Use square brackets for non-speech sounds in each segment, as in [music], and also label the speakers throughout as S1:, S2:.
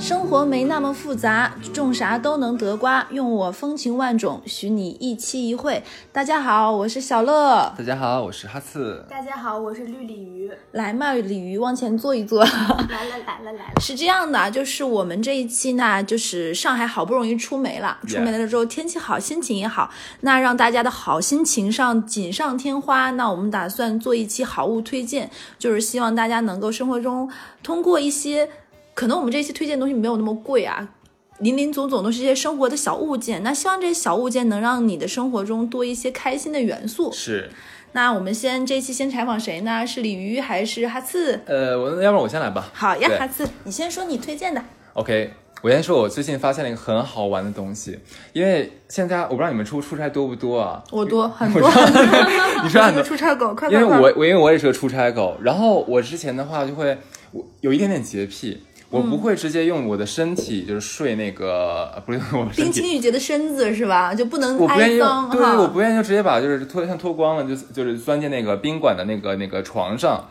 S1: 生活没那么复杂，种啥都能得瓜。用我风情万种，许你一期一会。大家好，我是小乐。
S2: 大家好，我是哈刺。
S3: 大家好，我是绿鲤鱼，
S1: 来嘛，鲤鱼往前坐一坐。
S3: 来了来了来了，
S1: 是这样的，啊就是我们这一期呢，就是上海好不容易出梅了，
S2: Yeah
S1: 出梅了之后天气好，心情也好，那让大家的好心情上锦上添花。那我们打算做一期好物推荐，就是希望大家能够生活中通过一些，可能我们这期推荐的东西没有那么贵啊。林林总总都是一些生活的小物件，那希望这些小物件能让你的生活中多一些开心的元素。
S2: 是，
S1: 那我们先这期先采访谁呢？是鲤鱼还是哈刺？
S2: 呃，我要不然我先来吧。
S1: 好呀，
S2: 对
S1: 哈刺，你先说你推荐的。
S2: OK，我先说，我最近发现了一个很好玩的东西，因为现在我不知道你们出出差多不
S1: [laughs]
S2: 多啊？
S1: 我多很
S2: 我
S1: 多， [laughs]
S2: 你说很多
S1: 出差狗，快
S2: 因
S1: 快
S2: 为
S1: 快！
S2: 我我因为我也是个出差狗，然后我之前的话就会我有一点点洁癖，我不会直接用我的身体就是睡那个、呃不是 [laughs] 我的身
S1: 冰清
S2: 体。
S1: 玉洁的身子是吧？就不能
S2: 我不愿意
S1: 哀
S2: 用，
S1: 伤
S2: 对，我
S1: 哈。
S2: 不愿意就直接把就是脱像脱光了，就就是钻进那个宾馆的那个那个床上，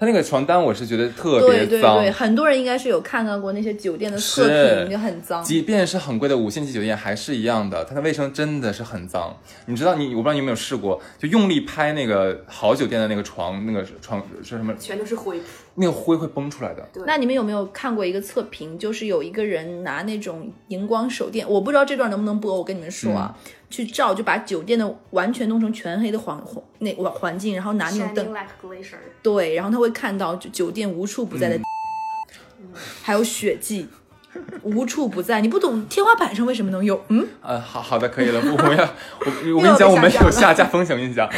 S2: 他那个床单我是觉得特
S1: 对
S2: 别
S1: 对
S2: 脏，
S1: 对，很多人应该是有看到过那些酒店的测
S2: 是
S1: 评，就很脏。
S2: 即便是很贵的五星级酒店还是一样的，它的卫生真的是很脏。你知道你，我不知道你有没有试过，就用力拍那个好酒店的那个床，那个床是什么？
S3: 全都是灰。
S2: 那个灰会崩出来的。
S3: 对
S1: 那你们有没有看过一个测评？就是有一个人拿那种荧光手电，我不知道这段能不能播，我跟你们说啊，
S2: 嗯
S1: 去照就把酒店的完全弄成全黑的环环那环环境，然后拿那种
S3: Shining
S1: 灯，
S3: like
S2: [laughs]
S3: glacier，
S1: 对，然后他会看到就酒店无处不在的，
S2: 嗯
S1: 还有血迹，无处不在。你不懂天花板上为什么能有？嗯，
S2: 呃，好好的，可以了。不，
S1: [laughs]
S2: 我要我我
S1: 又要
S2: 跟你讲，
S1: 被
S2: 我们
S1: 下架
S2: 有
S1: 了
S2: 下 [laughs] 架风险，我跟你讲。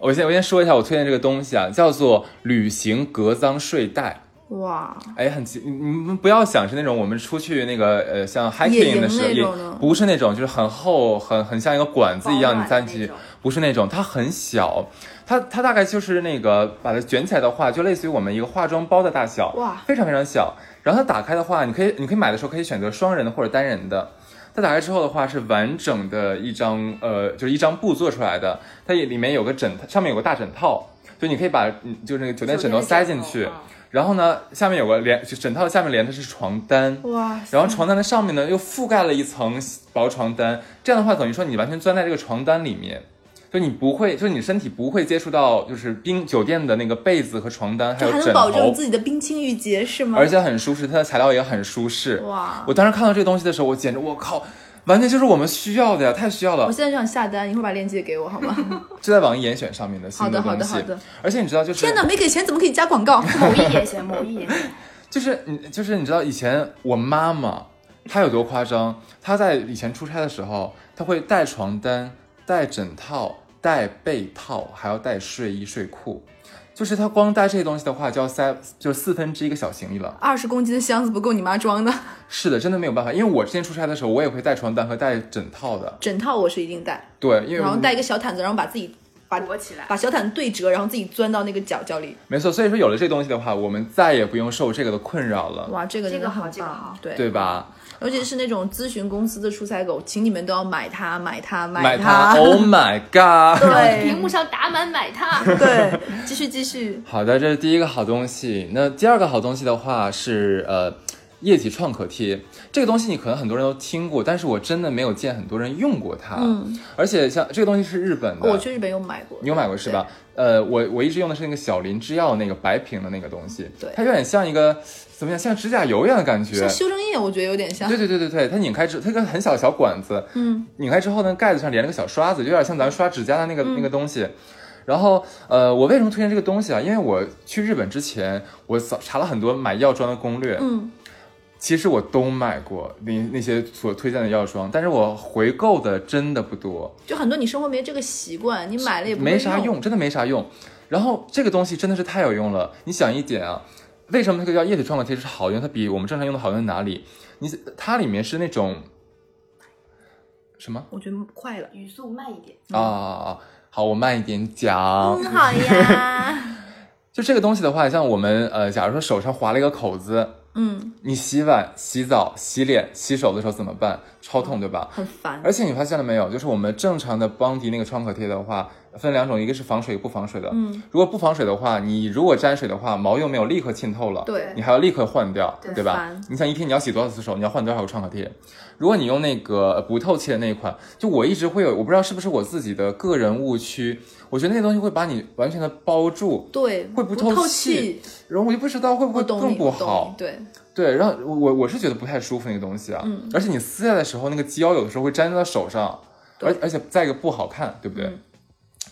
S2: 我先我先说一下我推荐这个东西啊，叫做旅行隔脏睡袋。
S1: 哇，
S2: 哎，很奇，你你们不要想是那种我们出去那个呃，像
S1: 野
S2: hiking
S1: 营
S2: 的时候，
S1: 那
S2: 也
S1: 种的
S2: 不是那种，就是很厚，很很像一个管子一
S3: 薄
S2: 样，
S3: 软
S2: 你塞
S3: 的那
S2: 进去
S3: 种，
S2: 不是那种，它很小，它它大概就是那个把它卷起来的话，就类似于我们一个化妆包的大小，
S1: 哇
S2: 非常非常小。然后它打开的话，你可以你可以买的时候可以选择双人的或者单人的。它打开之后的话是完整的一张，呃，就是一张布做出来的，它也里面有个枕，上面有个大枕套，就你可以把嗯就是那个酒店枕头塞进去，
S1: 嗯
S2: 然后呢，下面有个连就枕套下面连的是床单，
S1: 哇
S2: 然后床单的上面呢又覆盖了一层薄床单，这样的话等于说你完全钻在这个床单里面，就你不会，就是你身体不会接触到就是冰酒店的那个被子和床单还
S1: 就
S2: 有
S1: 还能
S2: 枕
S1: 保证
S2: 头，
S1: 自己的冰清玉洁是吗？
S2: 而且很舒适，它的材料也很舒适。
S1: 哇，
S2: 我当时看到这个东西的时候，我简直我靠，完全就是我们需要的呀，太需要了
S1: 我。现在就想下单，一会儿把链接给我好吗？
S2: 就在网易严选上面的新
S1: 好的好
S2: 东
S1: 的
S2: 西
S1: 好的，
S2: 而且你知道就
S1: [laughs]
S2: 是
S1: 天哪，没给钱怎么可以加广告？
S3: 某一眼线，某一 [laughs] 眼线，
S2: 就是你，就是你知道以前我妈妈她有多夸张？她在以前出差的时候，她会带床单、带枕套、带被套，还要带睡衣睡裤。就是她光带这些东西的话，就要塞就是四分之一个小行李了。
S1: [laughs] 二十公斤的箱子不够你妈装的，
S2: 是的，真的没有办法，因为我之前出差的时候，我也会带床单和带枕套的。
S1: 枕套我是一定带，
S2: 对，因为嗯
S1: 然后带一个小毯子，然后把自己把
S3: 裹起来。
S1: 把小毯对折，然后自己钻到那个角角里。
S2: 没错，所以说有了这东西的话，我们再也不用受这个的困扰了，
S1: 哇，这个啊真
S3: 这
S1: 的
S3: 个
S1: 很
S3: 好
S1: 棒，
S3: 这个好
S1: 对
S2: 对吧？
S1: 尤其是那种咨询公司的出差狗，请你们都要买它，买它，
S2: 买
S1: 它。 [laughs]
S2: ，Oh my God！
S1: 对
S3: 屏幕上打满买它，
S1: 对，继续继
S2: [laughs]
S1: 续。
S2: 好的，这是第一个好东西。那第二个好东西的话是呃，液体创可贴。这个东西你可能很多人都听过，但是我真的没有见很多人用过它。
S1: 嗯，
S2: 而且像这个东西是日本的，
S1: 哦我去日本有买过，
S2: 你有买过是吧？呃，我我一直用的是那个小林制药那个白瓶的那个东西，
S1: 对
S2: 它有点像一个怎么样，像指甲油一样的感觉
S1: 像。啊修正液，我觉得有点像
S2: 对。对对对对，它拧开之，它一个很小的小管子，
S1: 嗯，
S2: 拧开之后呢，盖子上连了个小刷子，有点像咱们刷指甲的那
S1: 嗯
S2: 个、那个东西。然后，呃，我为什么推荐这个东西啊？因为我去日本之前，我扫查了很多买药妆的攻略，
S1: 嗯，
S2: 其实我都买过那那些所推荐的药妆，但是我回购的真的不多，
S1: 就很多你生活没这个习惯，你买了也不会
S2: 没啥。用，真的没啥用。然后这个东西真的是太有用了。你想一点啊，为什么这个叫液体创可贴是好用？它比我们正常用的好用在哪里？你它里面是那种什么？
S1: 我觉得快了。
S3: [laughs] 语速慢一点，
S1: 嗯
S2: 啊啊啊！好，我慢一点讲。
S1: 好呀。 [laughs]
S2: 就这个东西的话，像我们呃，假如说手上划了一个口子，
S1: 嗯，
S2: 你洗碗、洗澡、洗脸、洗手的时候怎么办？超痛，对吧？
S1: 很烦。
S2: 而且你发现了没有，就是我们正常的邦迪那个创可贴的话，分两种，一个是防水，一个不防水的。
S1: 嗯，
S2: 如果不防水的话，你如果沾水的话，毛又没有立刻浸透了，
S1: 对
S2: 你还要立刻换掉，
S3: 对
S2: 吧？
S1: 烦
S2: 你想一天你要洗多少次手，你要换多少个创可贴？如果你用那个呃不透气的那一款，就我一直会有，我不知道是不是我自己的个人误区，我觉得那东西会把你完全的包住，
S1: 对，
S2: 会不
S1: 不
S2: 透
S1: 气，
S2: 然后我就不知道会不会
S1: 不懂
S2: 更
S1: 你
S2: 不
S1: 懂
S2: 好啊
S1: 你，。对，
S2: 对，然后我我我是觉得不太舒服那个东西啊，
S1: 嗯
S2: 而且你撕下来的时候，那个胶有的时候会粘到手上，
S1: 对
S2: 而而且再一个不好看，对不对？
S1: 嗯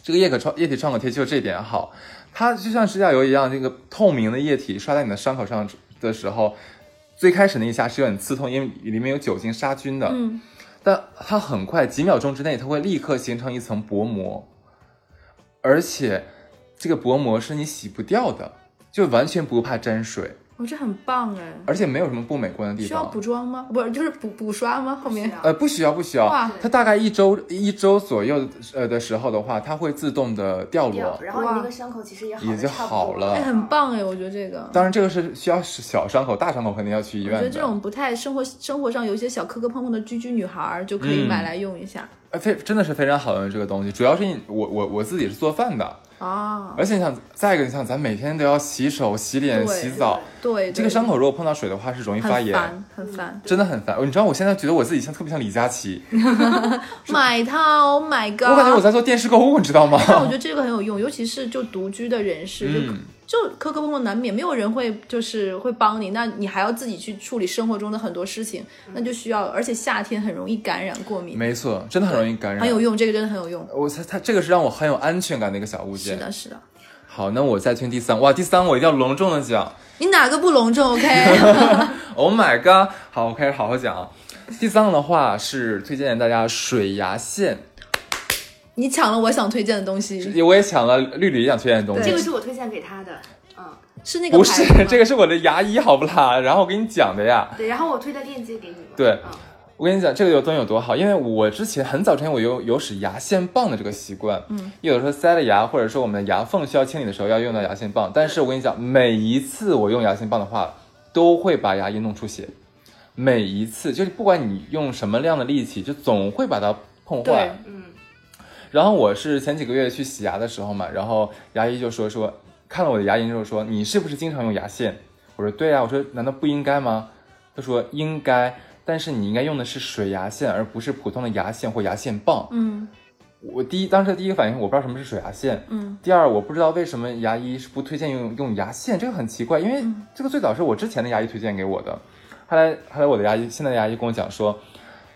S2: 这个液可创液体创可贴就这一点好，它就像指甲油一样，这个透明的液体刷在你的伤口上的时候，最开始那一下是有点刺痛，因为里面有酒精杀菌的，
S1: 嗯，
S2: 但它很快几秒钟之内，它会立刻形成一层薄膜，而且这个薄膜是你洗不掉的，就完全不怕沾水。
S1: 我、这很棒哎。
S2: 而且没有什么不美观的地
S1: 需要
S2: 方
S1: 补。妆吗？不是， [laughs] 就是补补刷吗？后面
S3: 是啊
S2: 呃，不需要，不需要
S1: 哇。
S2: 它大概一周一周左右，呃的时候的话，它会自动的掉落
S3: 掉，。然后你那个伤口其实也好得
S2: 也就
S3: 差不多
S2: 好了
S1: 哎，很。棒哎，我觉得这个。
S2: 当然，这个是需要小伤口，大伤口肯定要去医
S1: 我
S2: 院
S1: 觉
S2: 的。
S1: 得这种不太生活生活上有一些小磕磕碰碰的居居女孩儿就可以
S2: 嗯
S1: 买来用一下、
S2: 呃，非真的是非常好用这个东西，主要是你我我我自己是做饭的，
S1: 啊。
S2: 而且你想再一个，你想咱每天都要洗手、洗脸、
S1: 对
S2: 洗澡，
S1: 对，
S2: 这
S1: 对
S2: 个伤口如果碰到水的话是容易发
S1: 很
S2: 炎，
S1: 烦，很烦。
S2: 真的很烦。哦你知道我现在觉得我自己像特别像李佳琦，
S1: 买它，Oh my
S2: 嗯我感觉我
S1: god！
S2: 在做电视购物，你知道吗？
S1: 但我觉
S2: [laughs]
S1: 得这个很有用，尤其是就独居的人士，就
S2: 嗯，
S1: 就磕磕碰碰难免，没有人会就是会帮你，那你还要自己去处理生活中的很多事情，那就需要，而且夏天很容易感染过敏，
S2: 没错，真的很容易感染。
S1: 很有用，这个真的很有用。
S2: 我猜它这个是让我很有安全感的一个小物
S1: 是
S2: 件。
S1: 的，是的。
S2: 好，那我再听第三，哇，第三我一定要隆重的讲
S1: 你哪个不隆重？OK，
S2: [laughs] ，Oh my god！好，我开始好好讲啊。第三个的话是推荐大家水牙线，
S1: 你抢了我想推荐的东西，
S2: 我也抢了绿绿也想推荐的东
S1: 对
S3: 这
S2: 西，
S3: 个是我推荐给他的，嗯，
S1: 是那个
S2: 不是
S1: 牌子吗
S2: 这个是我的牙医好不啦？然后我给你讲的呀，
S3: 对。然后我推的链接给你们。
S2: 对
S3: 嗯
S2: 我跟你讲，这个有东西有多好，因为我之前很早之前我有有使牙线棒的这个习惯，嗯，有的时候塞了牙，或者说我们的牙缝需要清理的时候要用到牙线棒，但是我跟你讲，每一次我用牙线棒的话，都会把牙龈弄出血，每一次就是不管你用什么样的力气，就总会把它碰
S1: 对
S2: 坏。
S3: 嗯，
S2: 然后我是前几个月去洗牙的时候嘛，然后牙医就说说看了我的牙龈之后说你是不是经常用牙线？我说对啊，我说难道不应该吗？他说应该，但是你应该用的是水牙线，而不是普通的牙线或牙线棒。
S1: 嗯
S2: 我第一当时的第一个反应我不知道什么是水牙线，
S1: 嗯，
S2: 第二我不知道为什么牙医是不推荐用用牙线，这个很奇怪，因为
S1: 嗯
S2: 这个最早是我之前的牙医推荐给我的，后来后来我的牙医现在的牙医跟我讲说。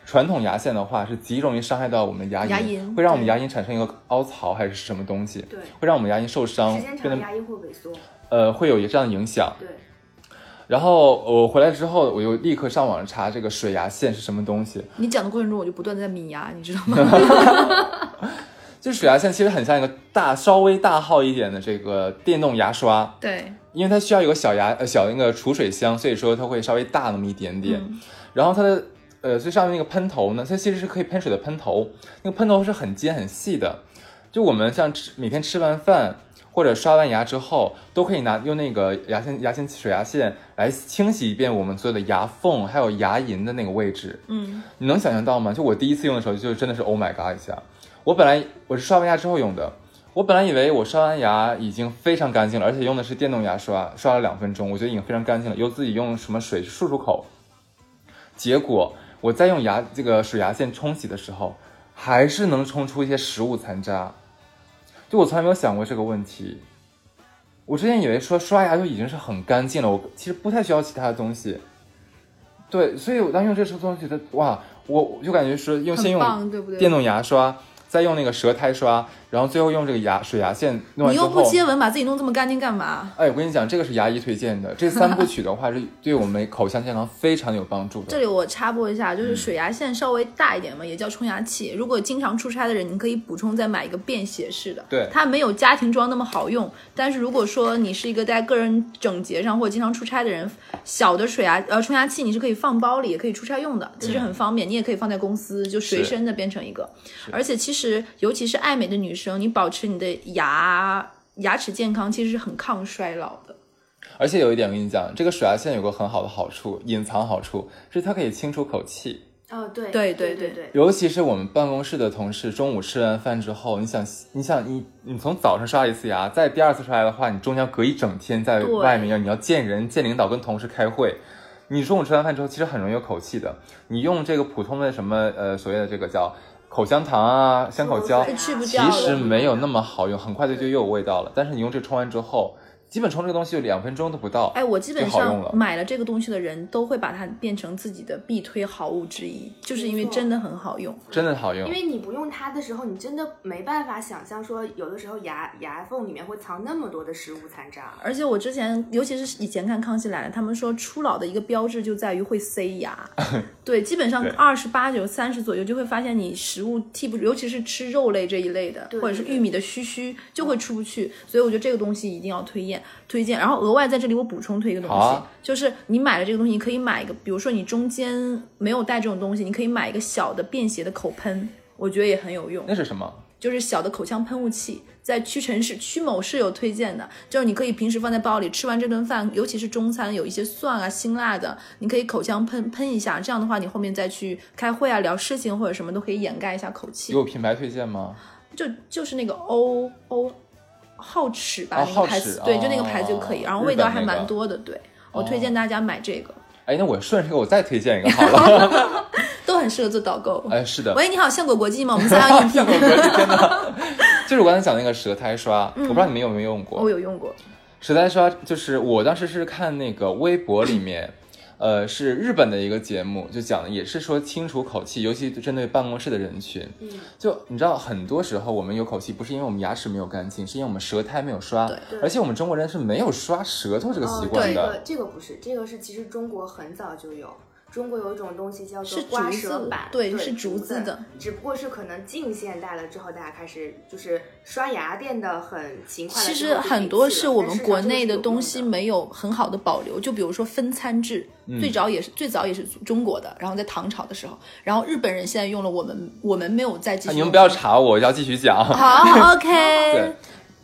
S2: 传统牙线的话是极容易伤害到我们的牙龈，
S1: 牙龈
S2: 会让我们
S1: 对
S2: 牙龈产生一个凹槽还是什么东西，
S3: 对。
S2: 会让我们牙龈受伤
S3: 时，间长
S2: 变
S3: 了
S2: 得
S3: 牙龈会萎缩，
S2: 呃会有一个这样的影响。
S3: 对，
S2: 然后我回来之后，我就立刻上网查这个水牙线是什么东西。
S1: 你讲的过程中我就不断地在抿牙，你知道吗？
S2: [laughs] 就是水牙线其实很像一个大稍微大号一点的这个电动牙刷，
S1: 对，
S2: 因为它需要有个小牙呃小那个储水箱，所以说它会稍微大那么一点点。
S1: 嗯
S2: 然后它的呃最上面那个喷头呢，它其实是可以喷水的喷头，那个喷头是很尖很细的。就我们像吃每天吃完饭或者刷完牙之后，都可以拿用那个牙线牙线水牙线来清洗一遍我们所有的牙缝还有牙龈的那个位置。
S1: 嗯，
S2: 你能想象到吗？就我第一次用的时候，就真的是 Oh my God 一下。我本来我是刷完牙之后用的，我本来以为我刷完牙已经非常干净了，而且用的是电动牙刷，刷了两分钟，我觉得已经非常干净了，又自己用什么水漱漱口。结果我在用牙这个水牙线冲洗的时候，还是能冲出一些食物残渣。就我从来没有想过这个问题。我之前以为说刷牙就已经是很干净了，我其实不太需要其他的东西。对，所以我当用这些东西觉得哇，我我就感觉说用先
S1: 很
S2: 用
S1: 棒，对不对？
S2: 电动牙刷，再用那个舌苔刷，然后最后用这个牙水牙线弄完
S1: 你
S2: 之后，
S1: 又不接吻，把自己弄这么干净干嘛？
S2: 哎，我跟你讲，这个是牙医推荐的，这三部曲的话是对我们口腔健康非常有帮助
S1: 这
S2: 的。嗯
S1: 里我插播一下，就是水牙线稍微大一点嘛，也叫冲牙器。如果经常出差的人，你可以补充再买一个便携式的。
S2: 对
S1: 它没有家庭装那么好用，但是如果说你是一个在个人整洁上或者经常出差的人，小的水牙呃冲牙器你是可以放包里，也可以出差用的，其实很方便。你也可以放在公司，就随身的变成一个。而且其实尤其是爱美的女生，你保持你的牙牙齿健康，其实是很抗衰老的。
S2: 而且有一点，我跟你讲，这个水牙线有个很好的好处，隐藏好处是它可以清除口气。
S3: 哦，对
S1: 对
S3: 对
S1: 对
S3: 对，
S2: 尤其是我们办公室的同事，中午吃完饭之后，你想，你想，你你从早上刷一次牙，再第二次刷牙的话，你中间要隔一整天在
S1: 对
S2: 外面要你要见人、见领导、跟同事开会。你中午吃完饭之后，其实很容易有口气的。你用这个普通的什么呃所谓的这个叫口香糖啊、香口胶
S3: 对，
S1: 吃不
S2: 其
S1: 掉了
S2: 实没有那么好用，很快就就又有味道了。但是你用这个冲完之后，基本冲这个东西就两分钟都不到。
S1: 哎，我基本
S2: 就好用
S1: 上
S2: 了
S1: 买了这个东西的人都会把它变成自己的必推好物之一，就是因为
S3: 没错
S1: 真的很好用。
S2: 真的好用
S3: 因。为你不用它的时候，你真的没办法想象说，有的时候牙牙缝里面会藏那么多的食物残渣。
S1: 而且我之前，尤其是以前看《康熙来了》，他们说初老的一个标志就在于会塞牙。对，基本上
S2: [laughs] 对
S1: 二十八九、三十左右就会发现你食物剔不，尤其是吃肉类这一类的，
S3: 对
S1: 或者是
S3: 对对嗯
S1: 玉米的须须就会出不去。所以我觉得这个东西一定要推荐推荐。然后额外在这里我补充推一个东西，
S2: 好啊
S1: 就是你买了这个东西，你可以买一个，比如说你中间没有带这种东西，你可以买一个小的便携的口喷，我觉得也很有用。
S2: 那是什么？
S1: 就是小的口腔喷雾器，在屈臣氏、屈某是有推荐的，就是你可以平时放在包里，吃完这顿饭，尤其是中餐，有一些蒜啊、辛辣的，你可以口腔喷喷一下，这样的话，你后面再去开会啊、聊事情或者什么都可以掩盖一下口气。
S2: 有品牌推荐吗？
S1: 就就是那个欧欧皓齿吧，
S2: 啊
S1: 那个
S2: 皓
S1: 牌
S2: 齿
S1: 子，对，就那个
S2: 哦
S1: 牌子就可以，然后
S2: 日
S1: 味道
S2: 本
S1: 还
S2: 那
S1: 蛮
S2: 个
S1: 多的，对。我
S2: 哦
S1: 推荐大家买这个，
S2: 哎，那我顺这个我再推荐一个好了。
S1: [laughs] 都很适合做导购。
S2: 哎，是的，
S1: 喂，你好，橡果国际吗？我们三
S2: [laughs]
S1: 幺应聘，
S2: 就是我刚才讲那个舌苔刷，我不知道你们有没有用过。
S1: 我有用过，
S2: 舌苔刷就是我当时是看那个微博里面，呃，是日本的一个节目，就讲的也是说清除口气，尤其针对办公室的人群。
S3: 嗯，
S2: 就你知道，很多时候我们有口气，不是因为我们牙齿没有干净，是因为我们舌苔没有刷
S1: 对
S3: 对，
S2: 而且我们中国人是没有刷舌头这个习
S3: 哦、
S2: 惯
S3: 这
S2: 的。
S3: 个这个不是，这个是其实中国很早就有。中国有一种东西叫做
S1: 是竹
S3: 刮
S1: 子
S3: 舌板，
S1: 对
S3: 对，
S1: 是竹子
S3: 子
S1: 的，
S3: 只不过是可能近现代了之后，大家开始就是刷牙变得很勤快了
S1: 其
S3: 之后
S1: 实
S3: 就摒弃
S1: 很多
S3: 了
S1: 是我们
S3: 但
S1: 国
S3: 实际上这个
S1: 内
S3: 是
S1: 的
S3: 有
S1: 东
S3: 用
S1: 西没有很好的保留，就比如说分餐制，
S2: 嗯
S1: 最早也是最早也是中国的，然后在唐朝的时候，然后日本人现在用了我们我们没有再继续
S2: 啊
S1: 用。
S2: 你们不要查我，我要继续讲。
S1: 好
S2: [laughs] 对
S1: ，OK，，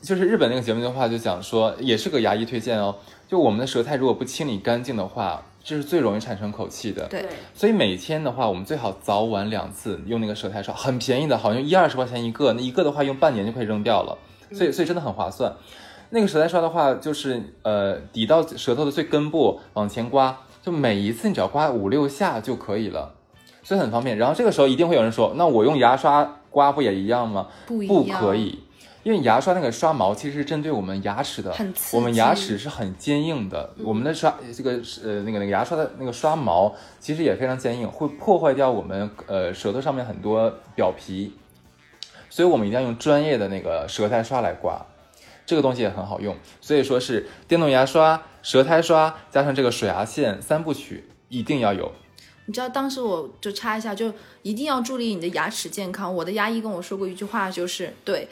S2: 就是日本那个节目的话，就讲说也是个牙医推荐哦，就我们的舌苔如果不清理干净的话，这是最容易产生口气的。
S1: 对
S3: 对，
S2: 所以每天的话，我们最好早晚两次用那个舌苔刷，很便宜的，好像一二十块钱一个，那一个的话用半年就可以扔掉了，所以所以真的很划算。那个舌苔刷的话，就是呃抵到舌头的最根部往前刮，就每一次你只要刮五六下就可以了，所以很方便。然后这个时候一定会有人说，那我用牙刷刮不也一样吗？
S1: 不一
S2: 不
S1: 样，
S2: 可，以，因为牙刷那个刷毛其实是针对我们牙齿的
S1: 很，刺
S2: 我们牙
S1: 激
S2: 齿是很坚硬的，嗯我们的刷这个呃那个那个牙刷的那个刷毛其实也非常坚硬，会破坏掉我们呃舌头上面很多表皮，所以我们一定要用专业的那个舌苔刷来刮。这个东西也很好用，所以说是电动牙刷、舌苔刷加上这个水牙线三部曲一定要有。
S1: 你知道当时我就插一下，就一定要注意你的牙齿健康。我的牙医跟我说过一句话，就是对，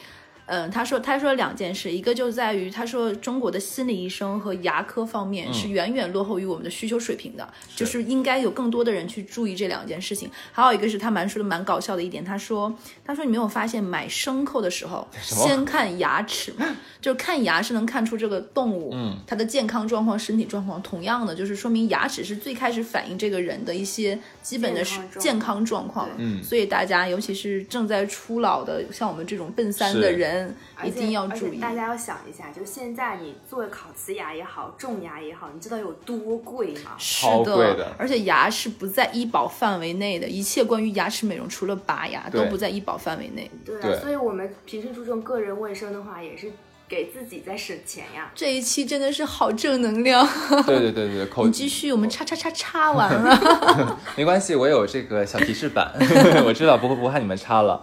S1: 嗯，他说他说两件事，一个就在于他说中国的心理医生和牙科方面
S2: 嗯
S1: 是远远落后于我们的需求水平的，就是应该有更多的人去注意这两件事情。还有一个是他蛮说的蛮搞笑的一点，他说他说你没有发现买牲口的时候
S2: 什么
S1: 先看牙齿吗？就是看牙是能看出这个动物，嗯，它的健康状况、身体状况。同样的，就是说明牙齿是最开始反映这个人的一些基本的是健
S3: 健
S1: 康
S3: 康
S1: 状况
S3: 对。
S2: 嗯
S1: 所以大家，尤其是正在初老的，像我们这种奔三的
S2: 是
S1: 人，
S3: 而
S1: 一
S3: 且
S1: 定要
S3: 而
S1: 注
S3: 且
S1: 意。
S3: 大家要想一下，就是现在你做烤瓷牙也好，种牙也好，你知道有多贵吗？
S1: 是
S2: 超贵
S1: 的
S2: 的，
S1: 而且牙是不在医保范围内的，一切关于牙齿美容，除了拔牙，都
S2: 对
S1: 不在医保范围内。
S3: 对啊，
S2: 对
S3: 所以我们平时注重个人卫生的话，也是给自己在省钱呀。
S1: 这一期真的是好正能量，
S2: 对对对对，口
S1: 你继续，我们叉叉叉叉完
S2: [laughs]
S1: 了。
S2: 没关系，我有这个小提示板， [laughs] 我知道不会不会害你们差了。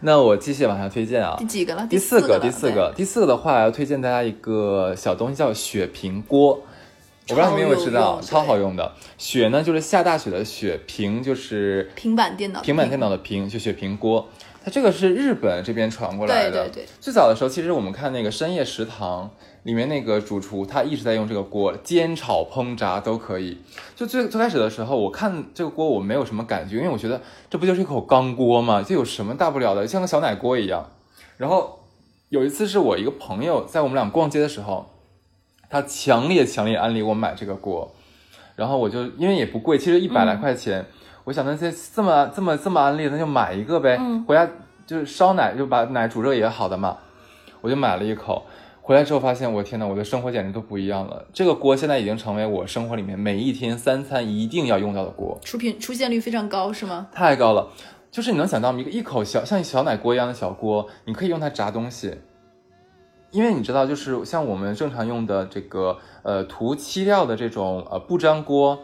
S2: 那我继续往下推荐啊
S1: 第，几个了？
S2: 第
S1: 四
S2: 四个，
S1: 了。
S2: 第四个，第四个的话，要推荐大家一个小东西叫雪平锅。我不知道你们有没有知道，
S1: 超有用
S2: 超好用的。雪呢，就是下大雪的雪；平就是
S1: 对，平板电脑，
S2: 平板电脑的平，就雪平锅。它这个是日本这边传过来的。
S1: 对对对
S2: 最早的时候，其实我们看那个《深夜食堂》里面那个主厨，他一直在用这个锅，煎、炒、烹、炸都可以。就最最开始的时候，我看这个锅我没有什么感觉，因为我觉得这不就是一口钢锅吗？这有什么大不了的，像个小奶锅一样。然后有一次是我一个朋友在我们俩逛街的时候，他
S1: 嗯
S2: 强烈强烈安利我买这个锅，然后我就因为也不贵，其实一百来块钱，我想那这这么这么这么安利，那就买一个呗。
S1: 嗯
S2: 回家就是烧奶，就把奶煮热也好的嘛，我就买了一口。回来之后发现，我天呐，我的生活简直都不一样了。这个锅现在已经成为我生活里面每一天三餐一定要用到的锅，
S1: 出品出现率非常高，是吗？
S2: 太高了。就是你能想到吗一个一口小像小奶锅一样的小锅，你可以用它炸东西。因为你知道，就是像我们正常用的这个呃涂漆料的这种呃不粘锅，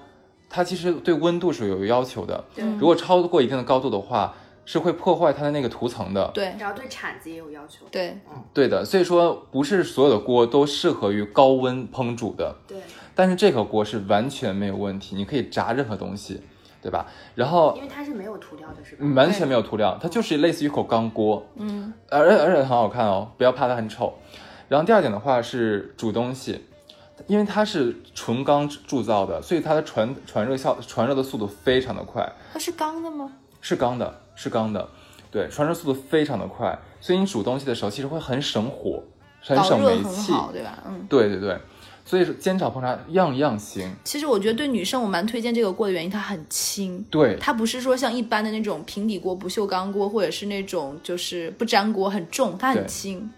S2: 它其实对温度是有要求的。
S3: 对，
S1: 嗯
S2: 如果超过一定的高度的话，是会破坏它的那个涂层的。
S1: 对
S3: 然后对铲子也有要求。
S1: 对，
S2: 对的，所以说不是所有的锅都适合于高温烹煮的，
S3: 对，
S2: 但是这个锅是完全没有问题，你可以炸任何东西，对吧？然后
S3: 因为它是没有涂料的，是吧？
S2: 完嗯全没有涂料，它就是类似于一口钢锅，
S1: 嗯
S2: 而而且很好看哦，不要怕它很丑。然后第二点的话是煮东西，因为它是纯钢铸造的，所以它的传传热效传热的速度非常的快，
S1: 它是钢的吗？
S2: 是钢的，是钢的，对，传热速度非常的快，所以你煮东西的时候其实会很省火，很
S1: 导
S2: 省
S1: 热
S2: 煤
S1: 很
S2: 气，
S1: 好，对吧？嗯，
S2: 对对对，所以说煎炒烹炸样样行，
S1: 其实我觉得对女生我蛮推荐这个锅的原因，它很轻。
S2: 对
S1: 它不是说像一般的那种平底锅、不锈钢锅，或者是那种就是不粘锅很重，它很
S2: 对
S1: 轻，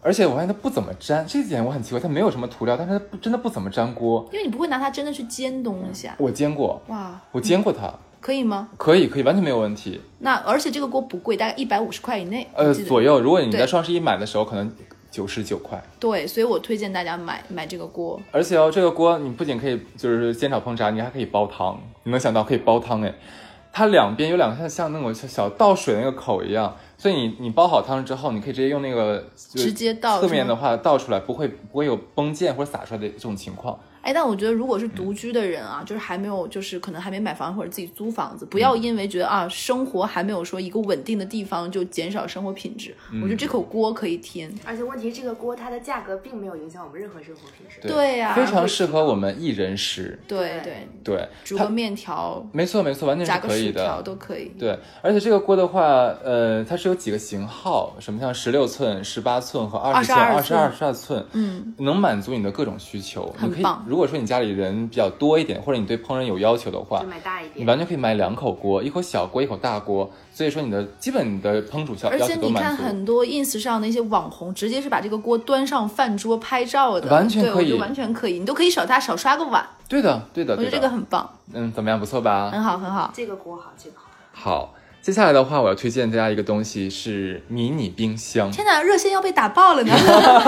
S2: 而且我发现它不怎么粘，这一点我很奇怪，它没有什么涂料，但是它不真的不怎么粘锅。
S1: 因为你不会拿它真的去煎东西啊。
S2: 我煎过，
S1: 哇，
S2: 我煎过它，
S1: 可以吗？
S2: 可以可以，完全没有问题。
S1: 那而且这个锅不贵，大概一百五十块以内，我
S2: 呃，
S1: 记得
S2: 左右，如果你
S1: 对
S2: 在双十一买的时候，可能九十九块。
S1: 对，所以我推荐大家买买这个锅。
S2: 而且哦，这个锅你不仅可以就是煎炒烹炸，你还可以煲汤。你能想到可以煲汤哎？它两边有两个像像那种小小倒水那个口一样，所以你你煲好汤之后，你可以直接用那个就是
S1: 直接倒
S2: 侧
S1: 是
S2: 面
S1: 吗
S2: 的话倒出来，不会不会有崩溅或者洒出来的这种情况。
S1: 哎，但我觉得如果是独居的人啊，就是还没有，就是可能还没买房或者自己租房子，不要
S2: 嗯
S1: 因为觉得啊生活还没有说一个稳定的地方就减少生活品质。我
S2: 嗯
S1: 觉得这口锅可以添。
S3: 而且问题是这个锅它的价格并没有影响我们任何生活品质。
S1: 对呀、
S2: 非常适合我们一人食。
S1: 对
S3: 对
S1: 对，
S2: 对，
S1: 煮
S2: 它
S1: 个面条，
S2: 没错没错，完全
S1: 炸
S2: 是
S1: 个
S2: 可以
S1: 薯条
S2: 的。
S1: 都可以。
S2: 对，而且这个锅的话，呃，它是有几个型号，什么像十六寸、十八寸和二十寸、
S1: 22
S2: 二十二、十二寸，
S1: 嗯，
S2: 能满足你的各种需求。
S1: 很
S2: 你可以
S1: 棒，
S2: 如果说你家里人比较多一点，或者你对烹饪有要求的话
S3: 就，买大一
S2: 你
S3: 点。
S2: 完全可以买两口锅，一口小锅，一口大锅。所以说你的基本的烹煮要
S1: 而
S2: 要
S1: 且
S2: 求都
S1: 你看
S2: 满足。
S1: 很多 ins 上那些网红，直接是把这个锅端上饭桌拍照的，
S2: 完全
S1: 对
S2: 可
S1: 我觉得
S2: 以
S1: 完全可以，你都可以少它少刷个碗，
S2: 对的，对的，
S1: 我觉
S2: 对
S1: 得这个
S2: 的。
S1: 很棒，
S2: 嗯，怎么样？不错吧？
S1: 很好很好。
S3: 这个锅好，这个好。
S2: 好，接下来的话，我要推荐大家一个东西是迷你冰箱。
S1: 天哪，热线要被打爆
S2: [laughs]
S1: 了呢！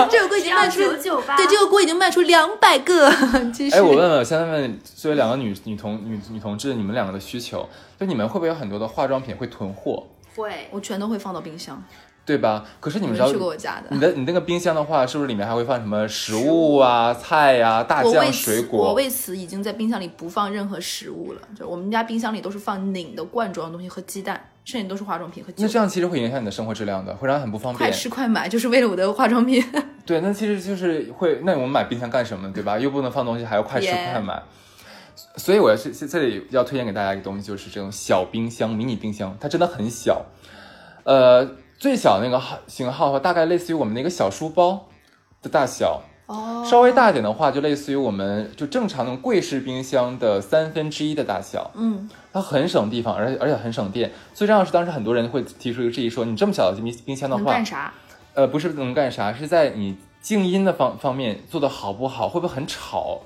S1: 这个锅已经卖出
S3: 九九八，
S1: 对，这个锅已经卖出两百个， [laughs] 其实
S2: 哎，我问问，现在问作为两个女女同女女同志，你们两个的需求，就你们会不会有很多的化妆品会囤货，
S3: 会
S1: 我全都会放到冰箱。
S2: 对吧？可是你
S1: 你
S2: 们
S1: 们
S2: 知道
S1: 去过我家
S2: 你
S1: 的？
S2: 的你那个冰箱的话，是不是里面还会放什么食物啊、菜呀、大
S1: 我为
S2: 酱、
S1: 此
S2: 水
S1: 我
S2: 果？
S1: 为此已经在冰箱里不放任何食物了，就我们家冰箱里都是放拧的罐装的东西和鸡蛋，剩下都是化妆品和酒
S2: 那。这样其实会影响你的生活质量的，会让人很不方
S1: 快
S2: 便。
S1: 吃快买，就是为了我的化妆品。
S2: 对，那其实就是会，那我们买冰箱干什么，对
S1: [laughs]
S2: 吧？又不能放东西，还要快吃
S1: Yeah
S2: 快买。所以我要是这里要推荐给大家一个东西，就是这种小冰箱、迷你冰箱，它真的很小。呃，最小那个号型号的话，大概类似于我们的一个小书包的大小，
S1: [laughs] 哦
S2: 稍微大一点的话，就类似于我们就正常那种柜式冰箱的三分之一的大小。
S1: 嗯，
S2: 它很省地方，而且而且很省电。所以这样是当时很多人会提出一个质疑说，你这么小的冰冰箱的
S1: 能
S2: 话
S1: 干，啥？
S2: 呃，不是能干啥，是在你静音的方方面做的好不好，会不会很吵？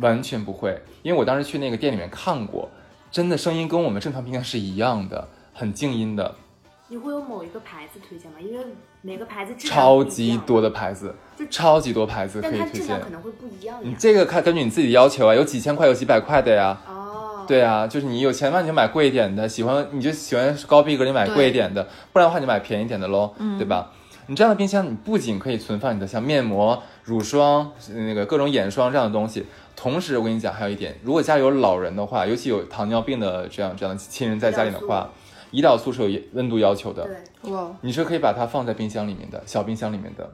S2: 完全不会，因为我当时去那个店里面看过，真的声音跟我们正常冰箱是一样的，很静音的，
S3: 你会有某一个牌子推荐吗？因为每个牌子质量
S2: 超
S3: 不一
S2: 级
S3: 样，
S2: 多的牌子
S3: 就，
S2: 超级多牌子可
S3: 但
S2: 以
S3: 它
S2: 推
S3: 质
S2: 荐
S3: 量。可能会不一样
S2: 你嗯
S3: 呀。
S2: 这个看根据你自己的要求啊，有几千块，有几百块的呀。
S3: 哦，
S2: 对啊，就是你有钱嘛，你就买贵一点的；喜欢你就喜欢高逼格，你买贵一点的；不然的话，你买便宜一点的喽，对吧？你这样的冰箱，你不仅可以存放你的像面膜、乳霜、那个各种眼霜这样的东西，同时我跟你讲，还有一点，如果家里有老人的话，尤其有糖尿病的这样这样的亲人在家里的话，胰岛素是有温度要求的，
S3: 对，
S1: 哇，哦
S2: 你是可以把它放在冰箱里面的小冰箱里面的。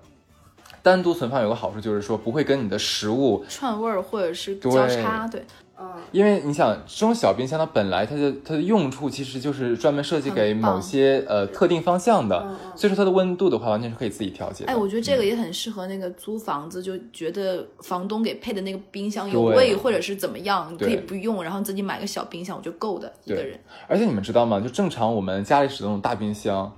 S2: 单独存放有个好处就是说不会跟你的食物
S1: 串味儿或者是
S2: 对
S1: 交叉，对，
S3: 嗯，
S2: 因为你想，这种小冰箱它本来它的它的用处其实就是专门设计给
S1: 很棒
S2: 某些呃特定方向的
S3: 嗯，嗯
S2: 所以说它的温度的话完全是可以自己调节的。
S1: 哎，我觉得这个也很适合那个租房子，就觉得房东给配的那个冰箱有
S2: 对
S1: 味或者是怎么样，你可以
S2: 对
S1: 不用，然后自己买个小冰箱，我就够的一
S2: 对
S1: 个人。
S2: 而且你们知道吗？就正常我们家里使用的大冰箱，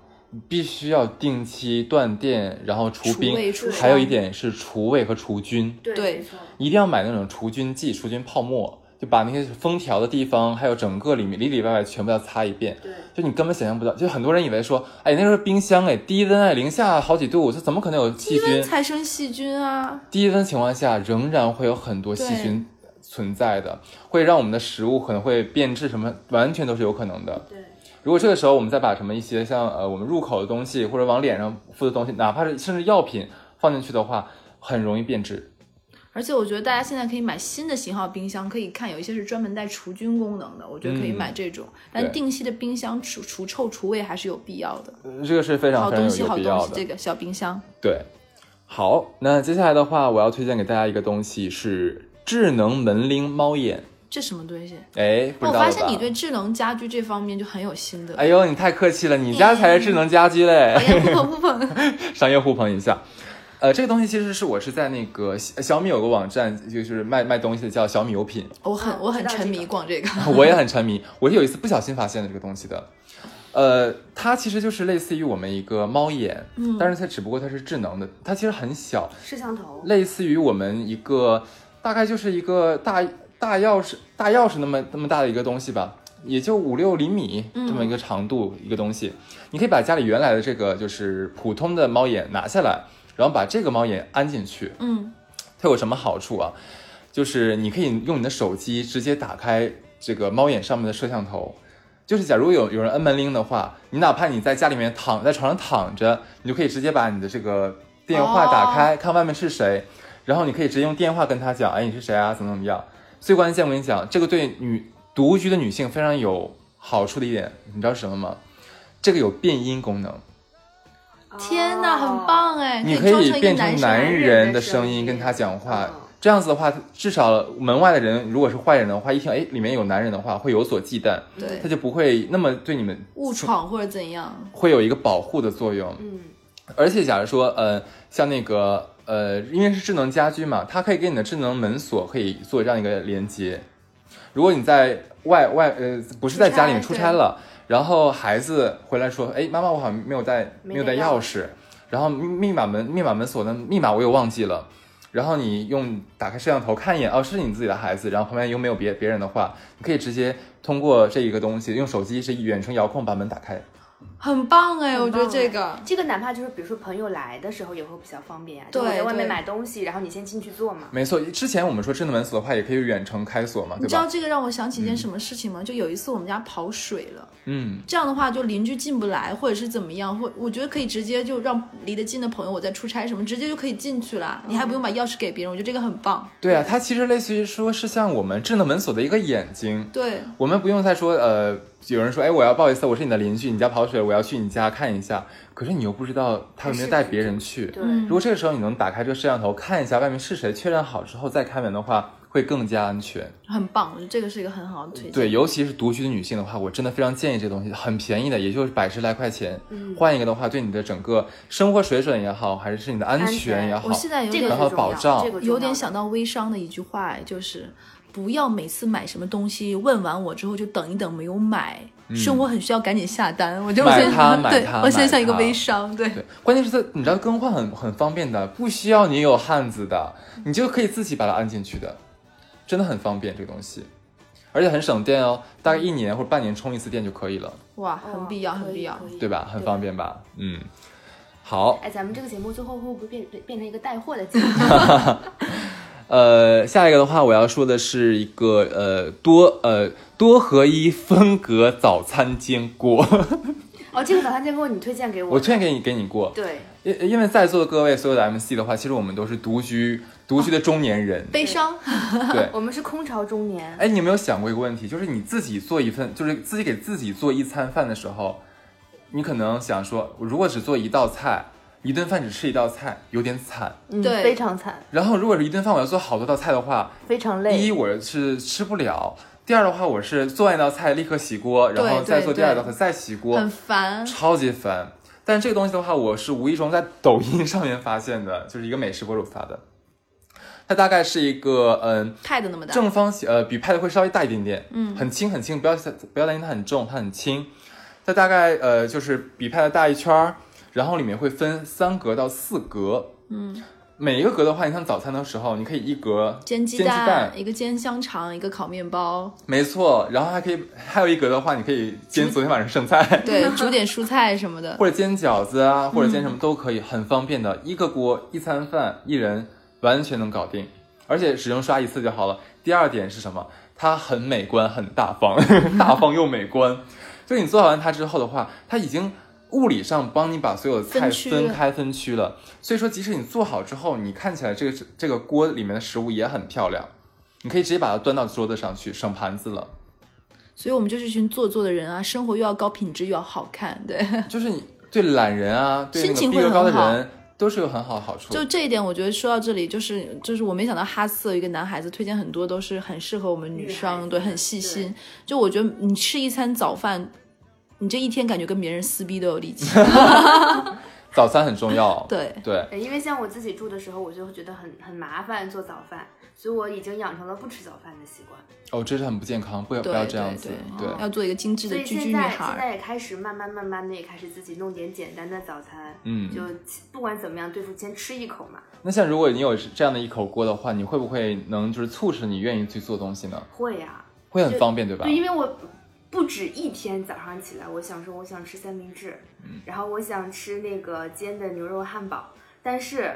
S2: 必须要定期断电，然后除
S1: 除
S2: 冰
S1: 味除，
S2: 还有一
S1: 霜
S2: 点是除味和除菌，
S3: 对
S1: 对
S3: 没错
S2: 一定要买那种除菌剂、除菌泡沫，就把那些封条的地方，还有整个里面里里外外全部要擦一遍。
S3: 对，
S2: 就你根本想象不到，就很多人以为说，哎，那时候冰箱哎，低温哎，零下好几度，这怎么可能有细菌？
S1: 才生细菌啊！
S2: 低温情况下仍然会有很多细菌存在的，会让我们的食物可能会变质，什么完全都是有可能的。
S3: 对，
S2: 如果这个时候我们再把什么一些像呃我们入口的东西或者往脸上敷的东西，哪怕是甚至药品放进去的话，很容易变质。
S1: 而且我觉得大家现在可以买新的型号冰箱，可以看有一些是专门带除菌功能的，我觉得可以
S2: 嗯
S1: 买这种。但定期的冰箱除除臭除味还是有必要的。
S2: 呃这个是非常
S1: 好
S2: 非常
S1: 东
S2: 有
S1: 西，
S2: 有
S1: 好
S2: 必
S1: 东
S2: 要
S1: 西，
S2: 的。
S1: 这个小冰箱
S2: 对，好，那接下来的话，我要推荐给大家一个东西是智能门铃猫眼。
S1: 这什么东西？
S2: 哎，不
S1: 哦我
S2: 知道了吧？
S1: 发现你对智能家居这方面就很有心得。
S2: 哎呦，你太客气了，你家才是智能家居 [laughs] 嘞。
S1: 哎呀，不捧不捧。
S2: 商业互捧一下。呃，这个东西其实是我是在那个小小米有个网站，就是卖卖东西的，叫小米有
S1: [laughs]
S2: 品，
S1: [laughs] 我很
S3: 嗯
S1: 我很
S3: 知道
S1: 沉
S3: 这
S1: 迷
S3: 个
S1: 逛这 [laughs] 个，
S2: 我也很沉迷。我是有一次不小心发现了这个东西的。呃，它其实就是类似于我们一个猫眼，
S1: 嗯
S2: 但是它只不过它是智能的，它其实很小，
S3: 摄像头，
S2: 类似于我们一个大概就是一个大大钥匙大钥匙那么那么大的一个东西吧，也就五六厘米
S1: 嗯
S2: 这么一个长度一个东西。你可以把家里原来的这个就是普通的猫眼拿下来，然后把这个猫眼安进去，
S1: 嗯，
S2: 它有什么好处啊？就是你可以用你的手机直接打开这个猫眼上面的摄像头。就是假如有有人摁门铃的话，你哪怕你在家里面躺在床上躺着，你就可以直接把你的这个电话打开，看外面是谁，然后你可以直接用电话跟他讲，哎，你是谁啊？怎么怎么样？最关键我跟你讲，这个对女独居的女性非常有好处的一点，你知道是什么吗？这个有变音功能。
S1: 嗯天哪，
S3: 哪，
S1: 很！棒哎！
S2: 哦你
S1: 可
S2: 可
S1: 以装
S2: 以
S1: 成一个
S2: 变成
S1: 生
S2: 男
S3: 人
S2: 人
S3: 的
S2: 的
S3: 声
S2: 声音
S3: 音
S2: 跟他讲话
S3: 嗯，
S2: 这样子的话，至少门外的人如果是坏人的话，一听哎里面有男人的话，会有所忌惮，
S1: 对
S2: [laughs] 他就不会那么对你们
S1: 误闯或者怎样，
S2: 会有一个保护的作用。
S3: 嗯，
S2: 而且假如说呃像那个呃因为是智能家居嘛，它可以跟你的智能门锁可以做这样一个连接。如果你在外外呃不是在家里面
S1: 出
S2: 出
S1: 差
S2: 差了，然后孩子回来说，哎妈妈我好像没有带没
S3: 没
S2: 有
S3: 带
S2: 带
S3: 钥
S2: 钥匙，然后密密码门密码门锁的密码我也忘记了。然后你用打开摄像头看一眼，哦，是你自己的孩子，然后旁边又没有别别人的话，你可以直接通过这一个东西，用手机是远程遥控把门打开。
S1: 很棒哎！
S3: 很
S1: 我觉得
S3: 棒
S1: 这
S3: 哎
S1: 个
S3: 这个哪怕就是比如说朋友来的时候也会比较方便呀、
S1: 对
S3: 就我在外
S1: 对
S3: 面买东西，然后你先进去做嘛。
S2: 没错，之前我们说智能门锁的话，也可以远程开锁嘛，
S1: 你
S2: 对
S1: 知道
S2: 吧？
S1: 这个让我想起一件什么事情吗？就有一次我们家跑水了，
S2: 嗯，
S1: 这样的话就邻居进不来，或者是怎么样，或我觉得可以直接就让离得近的朋友，我在出差什么，直接就可以进去啦，你还不用把
S2: 嗯
S1: 钥匙给别人，我觉得这个很棒。
S2: 对啊，它其实类似于说是像我们智能门锁的一个眼睛，
S1: 对，
S2: 我们不用再说呃，有人说哎，我要不好意思，我是你的邻居，你家跑水了，我要去你家看一下，可是你又不知道他有没有带别人去。
S3: 对，
S1: 嗯
S2: 如果这个时候你能打开这个摄像头看一下外面是谁，确认好之后再开门的话，会更加安全。
S1: 很棒，我觉得这个是一个很好的推荐。
S2: 对，尤其是独居的女性的话，我真的非常建议这东西，很便宜的，也就是百十来块钱。
S3: 嗯
S2: 换一个的话，对你的整个生活水准也好，还是你的安
S3: 安全
S2: 全也好，
S1: 我现在有
S3: 这
S1: 点
S3: 个
S2: 然后
S3: 最重要
S2: 保障
S3: 这个重要
S1: 有点想到微商的一句话，哎就是不要每次买什么东西问完我之后就等一等没有买，生活很需要赶紧下单。我就
S2: 嗯买
S1: 现在
S2: 它买
S1: [laughs] 对
S2: 它，
S1: 我现在
S2: 买
S1: 像一个
S2: 它
S1: 微商，对，
S2: 对，关键是它，你知道更换很很方便的，不需要你有汉字的，你就可以自己把它按进去的，真的很方便这个东西，而且很省电哦，大概一年或者半年充一次电就可以了，
S1: 哇，
S3: 哦
S1: 很必要，
S3: 可
S1: 很
S3: 以
S1: 必要。
S3: 可以
S2: 对吧？很方便吧？嗯，好，
S3: 哎，咱们这个节目最后会不会变变变成一个带货的
S2: [laughs]
S3: 节目？
S2: 呃，下一个的话我要说的是一个呃多呃多合一风格早餐煎锅， [laughs]
S3: 哦，这个早餐煎锅你推荐给我
S2: 我
S3: 的，
S2: 推荐给你给你过，
S3: 对，
S2: 因因为在座的各位所有的 MC 的话，其实我们都是独居独居的中年人，
S1: 悲伤，
S2: 对。
S3: 我们是空巢中年，
S2: 哎哎，你有没有想过一个问题，就是你自己做一份，就是自己给自己做一餐饭的时候，你可能想说，我如果只做一道菜，一顿饭只吃一道菜，有点惨。
S4: 嗯
S1: 对
S4: 非常惨，
S2: 然后如果是一顿饭我要做好多道菜的话，
S4: 非常
S2: 第一
S4: 累。
S2: 我是吃不了，第二的话我是做完一道菜立刻洗锅，然后
S1: 对
S2: 再
S1: 对
S2: 做第
S1: 对
S2: 二道菜再洗锅，
S1: 很烦。
S2: 超级烦。但这个东西的话，我是无意中在抖音上面发现的，就是一个美食博主发的。它大概是一个嗯
S1: 派的那么大，
S2: 正方形，呃，比派的会稍微大一点点，
S1: 嗯
S2: 很轻很轻，不要不要担心它很重，它很轻。它大概呃就是比派的大一圈儿，然后里面会分三格到四格，
S1: 嗯，
S2: 每一个格的话，你像早餐的时候，你可以一格
S1: 煎鸡
S2: 鸡蛋，
S1: 一个煎香肠，一个烤面
S2: [laughs]
S1: 包，
S2: 没错，然后还可以还有一格的话，你可以煎昨天晚上剩菜，
S1: 对，煮点蔬菜什么的。
S2: 或者煎饺子啊，或者煎什
S1: 嗯
S2: 么都可以，很方便的，一个锅一餐饭，一人完全能搞定，而且只用刷一次就好了。第二点是什么？它很美观，很大方， [laughs] 大方又美观。就你做完它之后的话，它已经物理上帮你把所有的菜
S1: 分区
S2: 分开分区了。所以说，即使你做好之后，你看起来这个这个锅里面的食物也很漂亮，你可以直接把它端到桌子上去，省盘子了。
S1: 所以我们就是一群做作的人啊，生活又要高品质又要好看，
S2: [laughs]
S1: 对，
S2: 就是你对懒人啊，对那
S1: 心
S2: 个
S1: 情
S2: 逼
S1: 会
S2: 格高的
S1: 很好
S2: 人，都是有很好的好处。
S1: 就这一点，我觉得说到这里，就是就是我没想到哈斯一个男孩子推荐很多都是很适合我们女
S3: 女孩
S1: 生，
S3: 子
S1: 对，很细心。就我觉得你吃一餐早饭，你这一天感觉跟别人撕逼都有
S2: [laughs]
S1: 力气，。
S2: 早餐很重要
S1: 对，
S2: 对，
S3: [laughs] 哎对因为像我自己住的时候，我就会觉得很很麻烦做早饭，所以我已经养成了不吃早饭的习惯。
S2: 哦，这是很不健康，不要不
S1: 对
S2: 要这样子
S1: 对。
S2: 对，
S3: 哦
S1: 要做一个精致
S3: 所
S1: 的
S3: 以
S1: 居居
S3: 现
S1: 女
S3: 在
S1: 孩
S3: 现
S1: 儿。
S3: 在也开始慢慢慢慢的也开始自己弄点简单的早餐，
S2: 嗯
S3: 就不管怎么样对付先吃一口嘛。
S2: 那像如果你有这样的一口锅的话，你会不会能就是促使你愿意去做东西呢？
S3: 会啊呀、
S2: 会很方便，对吧？
S3: 对，因为我不止一天早上起来，我想说我想吃三明治，
S2: 嗯
S3: 然后我想吃那个煎的牛肉汉堡，但是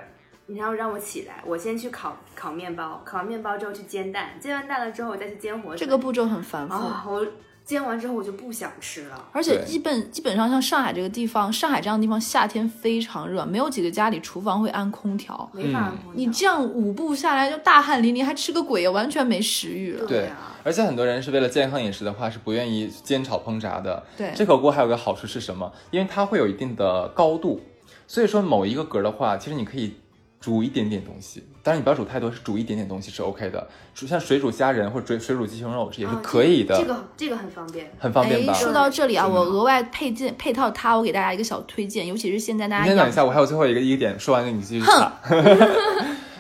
S3: 你要让我起来，我先去烤烤面包，烤完面包之后去煎蛋，煎完蛋了之后我再去煎火腿。
S1: 这个步骤很繁复。
S3: 啊、我煎完之后我就不想吃了。
S1: 而且
S2: 对
S1: 基本基本上像上海这个地方，上海这样的地方夏天非常热，没有几个家里厨房会安空调。
S3: 没法
S2: 嗯
S3: 空
S1: 你
S3: 调
S1: 这样五步下来就大汗淋漓，还吃个鬼呀，完全没食欲了。
S2: 对
S3: 啊，
S2: 而且很多人是为了健康饮食的话，是不愿意煎炒烹炸的。
S1: 对
S2: 这口锅还有个好处是什么？因为它会有一定的高度，所以说某一个格的话，其实你可以煮一点点东西，当然你不要煮太多，是煮一点点东西是 OK 的。煮像水煮虾仁或者水水煮鸡胸肉也是
S3: 啊
S2: 可以的，
S3: 这个这个很方便。
S2: 很方便吧？
S1: 说到这里啊，
S2: 真
S1: 我
S2: 的
S1: 额外配件配套它，我给大家一个小推荐，尤其是现在大
S2: 你
S1: 家
S2: 先等一
S1: 养
S2: 下，我还有最后一个一个点，说完了你继续查。 [laughs]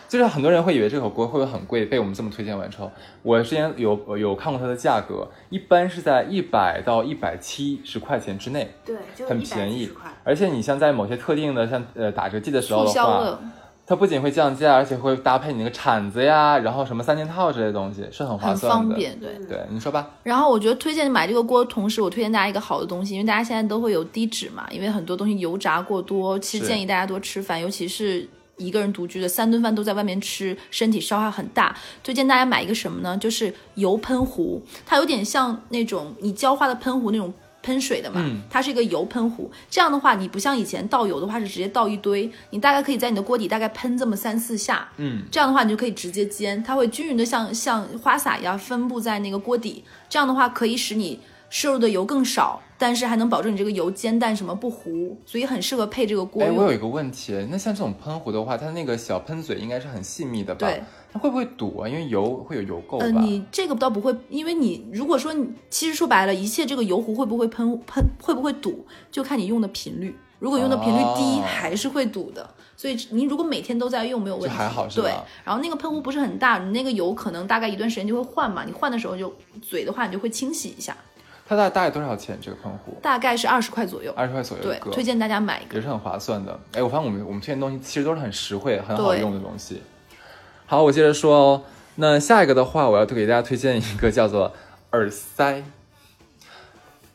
S2: 就是很多人会以为这口锅会不会很贵，被我们这么推荐完之后，我之前有有看过它的价格，一般是在一百到一百七十块钱之内，
S3: 对，就
S2: 很
S3: 一百
S2: 便
S3: 四
S2: 宜
S3: 十块。。
S2: 而且你像在某些特定的像呃打折季的时候
S1: 促
S2: 的
S1: 销
S2: 话，
S1: 了，
S2: 它不仅会降价，而且会搭配你那个铲子呀，然后什么三件套之类的东西，是很划
S1: 很
S2: 算
S1: 方。
S2: 的。
S1: 便。对，
S2: 对，你说吧。
S1: 然后我觉得推荐买这个锅，同时我推荐大家一个好的东西，因为大家现在都会有低脂嘛，因为很多东西油炸过多，其实
S2: 是
S1: 建议大家多吃饭，尤其是。一个人独居的三顿饭都在外面吃，身体消耗很大。推荐大家买一个什么呢？就是油喷壶，它有点像那种你浇花的喷壶那种喷水的嘛，
S2: 嗯
S1: 它是一个油喷壶。这样的话，你不像以前倒油的话是直接倒一堆，你大概可以在你的锅底大概喷这么三四下，
S2: 嗯，
S1: 这样的话你就可以直接煎，它会均匀的像像花洒一样分布在那个锅底。这样的话可以使你摄入的油更少，但是还能保证你这个油煎蛋什么不糊，所以很适合配这个锅
S2: 哎，我
S1: 用。
S2: 有一个问题，那像这种喷壶的话，它那个小喷嘴应该是很细密的吧？
S1: 对，
S2: 它会不会堵啊？因为油会有油垢吧？
S1: 呃，你这个倒不会，因为你如果说你其实说白了，一切这个油壶会不会喷喷会不会堵，就看你用的频率。如果用的频率低，
S2: 哦
S1: 还是会堵的。所以你如果每天都在用，没有问题。
S2: 就哦还好是吧
S1: 对，然后那个喷壶不是很大，你那个油可能大概一段时间就会换嘛。你换的时候就嘴的话，你就会清洗一下，
S2: 它大大概多少钱？这个喷壶
S1: 大概是二十块左右。
S2: 二十块左右
S1: 对
S2: 一个，，
S1: 推荐大家买一个。
S2: 也是很划算的。哎，我发现我们我们推荐的东西其实都是很实惠、很好
S1: 对
S2: 用的东西。好，我接着说哦。那下一个的话，我要给大家推荐一个叫做耳塞。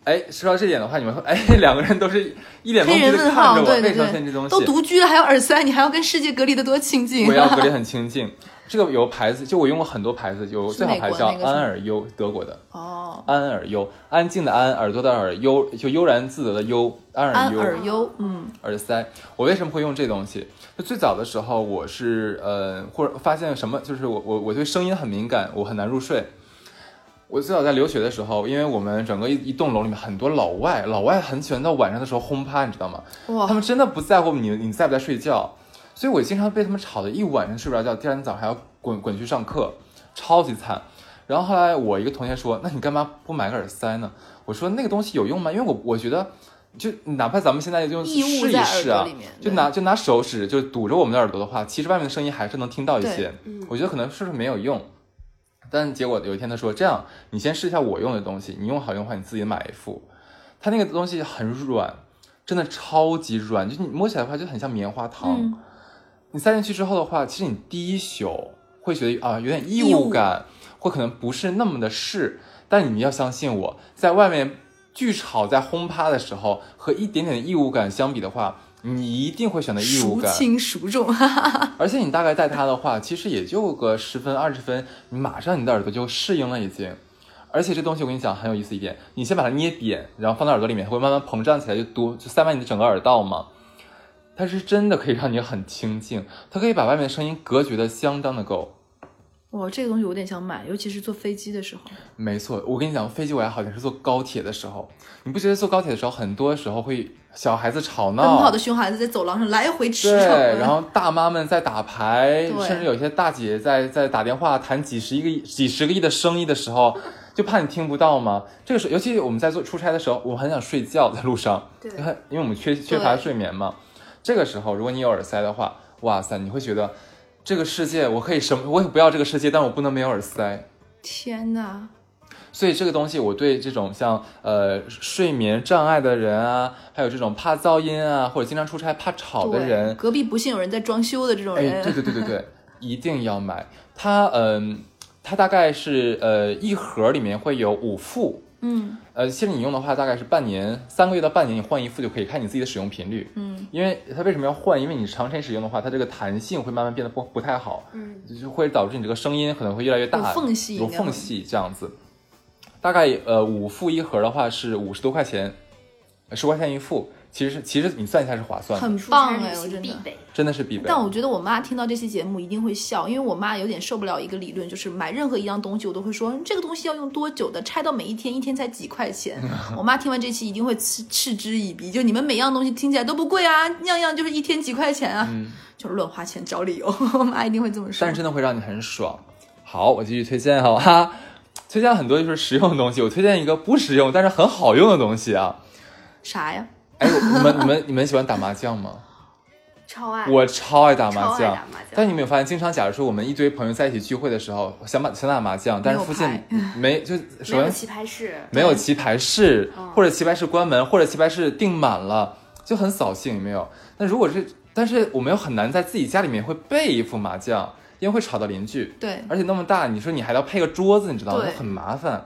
S2: 哎，说到这点的话，你们会哎，两个人都是一脸懵
S1: 黑
S2: 逼
S1: 人
S2: 的
S1: 问
S2: 看
S1: 号，
S2: 着我，
S1: 对对
S2: 为什么推荐这
S1: 对，
S2: 东西？
S1: 都独居了还有耳塞，你还要跟世界隔离的多亲近
S2: 我要
S1: [laughs]
S2: 隔离很清近。这个有牌子，就我用过很多牌子，有
S1: 是
S2: 最好
S1: 美
S2: 牌
S1: 国
S2: 子叫
S1: 那个
S2: 安
S1: 是吗
S2: 尔优，德国的
S1: 哦，
S2: 安尔优，安静的安，耳朵的耳，悠就悠然自得的悠，安尔
S1: 安
S2: 优
S1: 耳优，嗯，
S2: 耳塞。我为什么会用这东西？就最早的时候，我是呃，或者发现什么，就是我我我对声音很敏感，我很难入睡。我最早在留学的时候，因为我们整个一一栋楼里面很多老外，老外很喜欢到晚上的时候轰趴，你知道吗？他
S1: 哇，
S2: 们真的不在乎你你在不在睡觉，所以我经常被他们吵得一晚上睡不着觉，第二天早上还要滚滚去上课，超级惨。然后后来我一个同学说：“那你干嘛不买个耳塞呢？”我说：“那个东西有用吗？因为我我觉得，就哪怕咱们现在就
S1: 异物
S2: 试一
S1: 在耳
S2: 试
S1: 朵
S2: 啊
S1: 里面，
S2: 就
S1: 对
S2: 拿就拿手指就堵着我们的耳朵的话，其实外面的声音还是能听到一些
S1: 对。
S3: 嗯
S2: 我觉得可能是不是没有用。”但结果有一天他说：“这样，你先试一下我用的东西，你用好用的话，你自己买一副。”它那个东西很软，真的超级软，就你摸起来的话就很像棉花糖。
S1: 嗯，
S2: 你塞进去之后的话，其实你第一宿会觉得啊、有点异
S1: 异
S2: 物
S1: 物
S2: 感，或可能不是那么的适，但你要相信我，在外面巨吵在轰趴的时候，和一点点的异物感相比的话，你一定会选择异物
S1: 孰
S2: 感。
S1: 轻孰重？ [laughs]
S2: 而且你大概戴它的话，其实也就个十分二十分，你马上你的耳朵就适应了已经。而且这东西我跟你讲很有意思一点，你先把它捏扁，然后放到耳朵里面，它会慢慢膨胀起来，就多就塞满你的整个耳道嘛。它是真的可以让你很清静，它可以把外面的声音隔绝的相当的够。
S1: 哇，这个东西我有点想买，尤其是坐飞机的时候。
S2: 没错，我跟你讲，飞机我还好点是坐高铁的时候，你不觉得坐高铁的时候很多时候会小孩子吵闹，
S1: 奔跑的熊孩子在走廊上来回驰骋，
S2: 对，然后大妈们在打牌，
S1: 对
S2: 甚至有些大姐在在打电话谈几十一个亿、几十个亿的生意的
S1: [laughs]
S2: 时候，就怕你听不到嘛。这个时候，尤其我们在做出差的时候，我很想睡觉，在路上，
S3: 对
S2: 因为因为我们缺缺乏睡眠嘛。这个时候，如果你有耳塞的话，哇塞，你会觉得这个世界我可以什么，我也不要这个世界，但我不能没有耳塞。
S1: 天哪，
S2: 所以这个东西，我对这种像呃睡眠障碍的人啊，还有这种怕噪音啊，或者经常出差怕吵的
S1: 对
S2: 人，
S1: 隔壁不幸有人在装修的这种
S2: 哎，
S1: 人，
S2: 对对对对对， [laughs] 一定要买。它嗯、它大概是呃一盒里面会有五副，
S1: 嗯
S2: 呃，其实你用的话大概是半年、三个月到半年，你换一副就可以，看你自己的使用频率。
S1: 嗯，
S2: 因为它为什么要换？因为你长时间使用的话，它这个弹性会慢慢变得不不太好，
S3: 嗯，
S2: 就会导致你这个声音可能会越来越大，
S1: 有缝隙
S2: 有
S1: 应该
S2: 缝
S1: 会
S2: 隙这样子。大概呃五副一盒的话是五十多块钱，十块钱一副，其实是其实你算一下是划算的，
S1: 很 [laughs]
S3: 出
S1: 棒
S3: 差
S1: 哎，
S3: 旅
S1: 我真
S3: 行必
S1: 的。
S3: 备。
S2: 真的是必备。
S1: 但我觉得我妈听到这期节目一定会笑，因为我妈有点受不了一个理论，就是买任何一样东西，我都会说这个东西要用多久的，拆到每一天，一天才几块
S2: [laughs]
S1: 钱。我妈听完这期一定会嗤嗤之以鼻，就你们每样东西听起来都不贵啊，样样就是一天几块钱啊， [laughs] 就是乱花钱找理由。 [laughs] 我妈一定会这么说。
S2: 嗯但是真的会让你很爽。好，我继续推荐好哈， [laughs] 推荐很多就是实用的东西，我推荐一个不实用但是很好用的东西啊。
S1: 啥呀？
S2: 哎，我你们你们你们喜欢打麻将吗？
S3: 超爱，
S2: 我超爱打麻
S3: 超爱
S2: 将
S3: 打麻将，
S2: 但你有没有发现，经常假如说我们一堆朋友在一起聚会的时候，想打想打麻将，但是附近没就
S3: 没
S2: 首
S3: 有
S2: 先嗯
S3: 棋牌室，
S2: 没有棋牌室
S3: 嗯，
S2: 或者棋牌室关门，或者棋牌室订满了，就很扫兴，有没有？那如果是，但是我们又很难在自己家里面会备一副麻将，因为会吵到邻居。
S1: 对，
S2: 而且那么大，你说你还要配个桌子，你知道吗？
S1: 对
S2: 就很麻烦。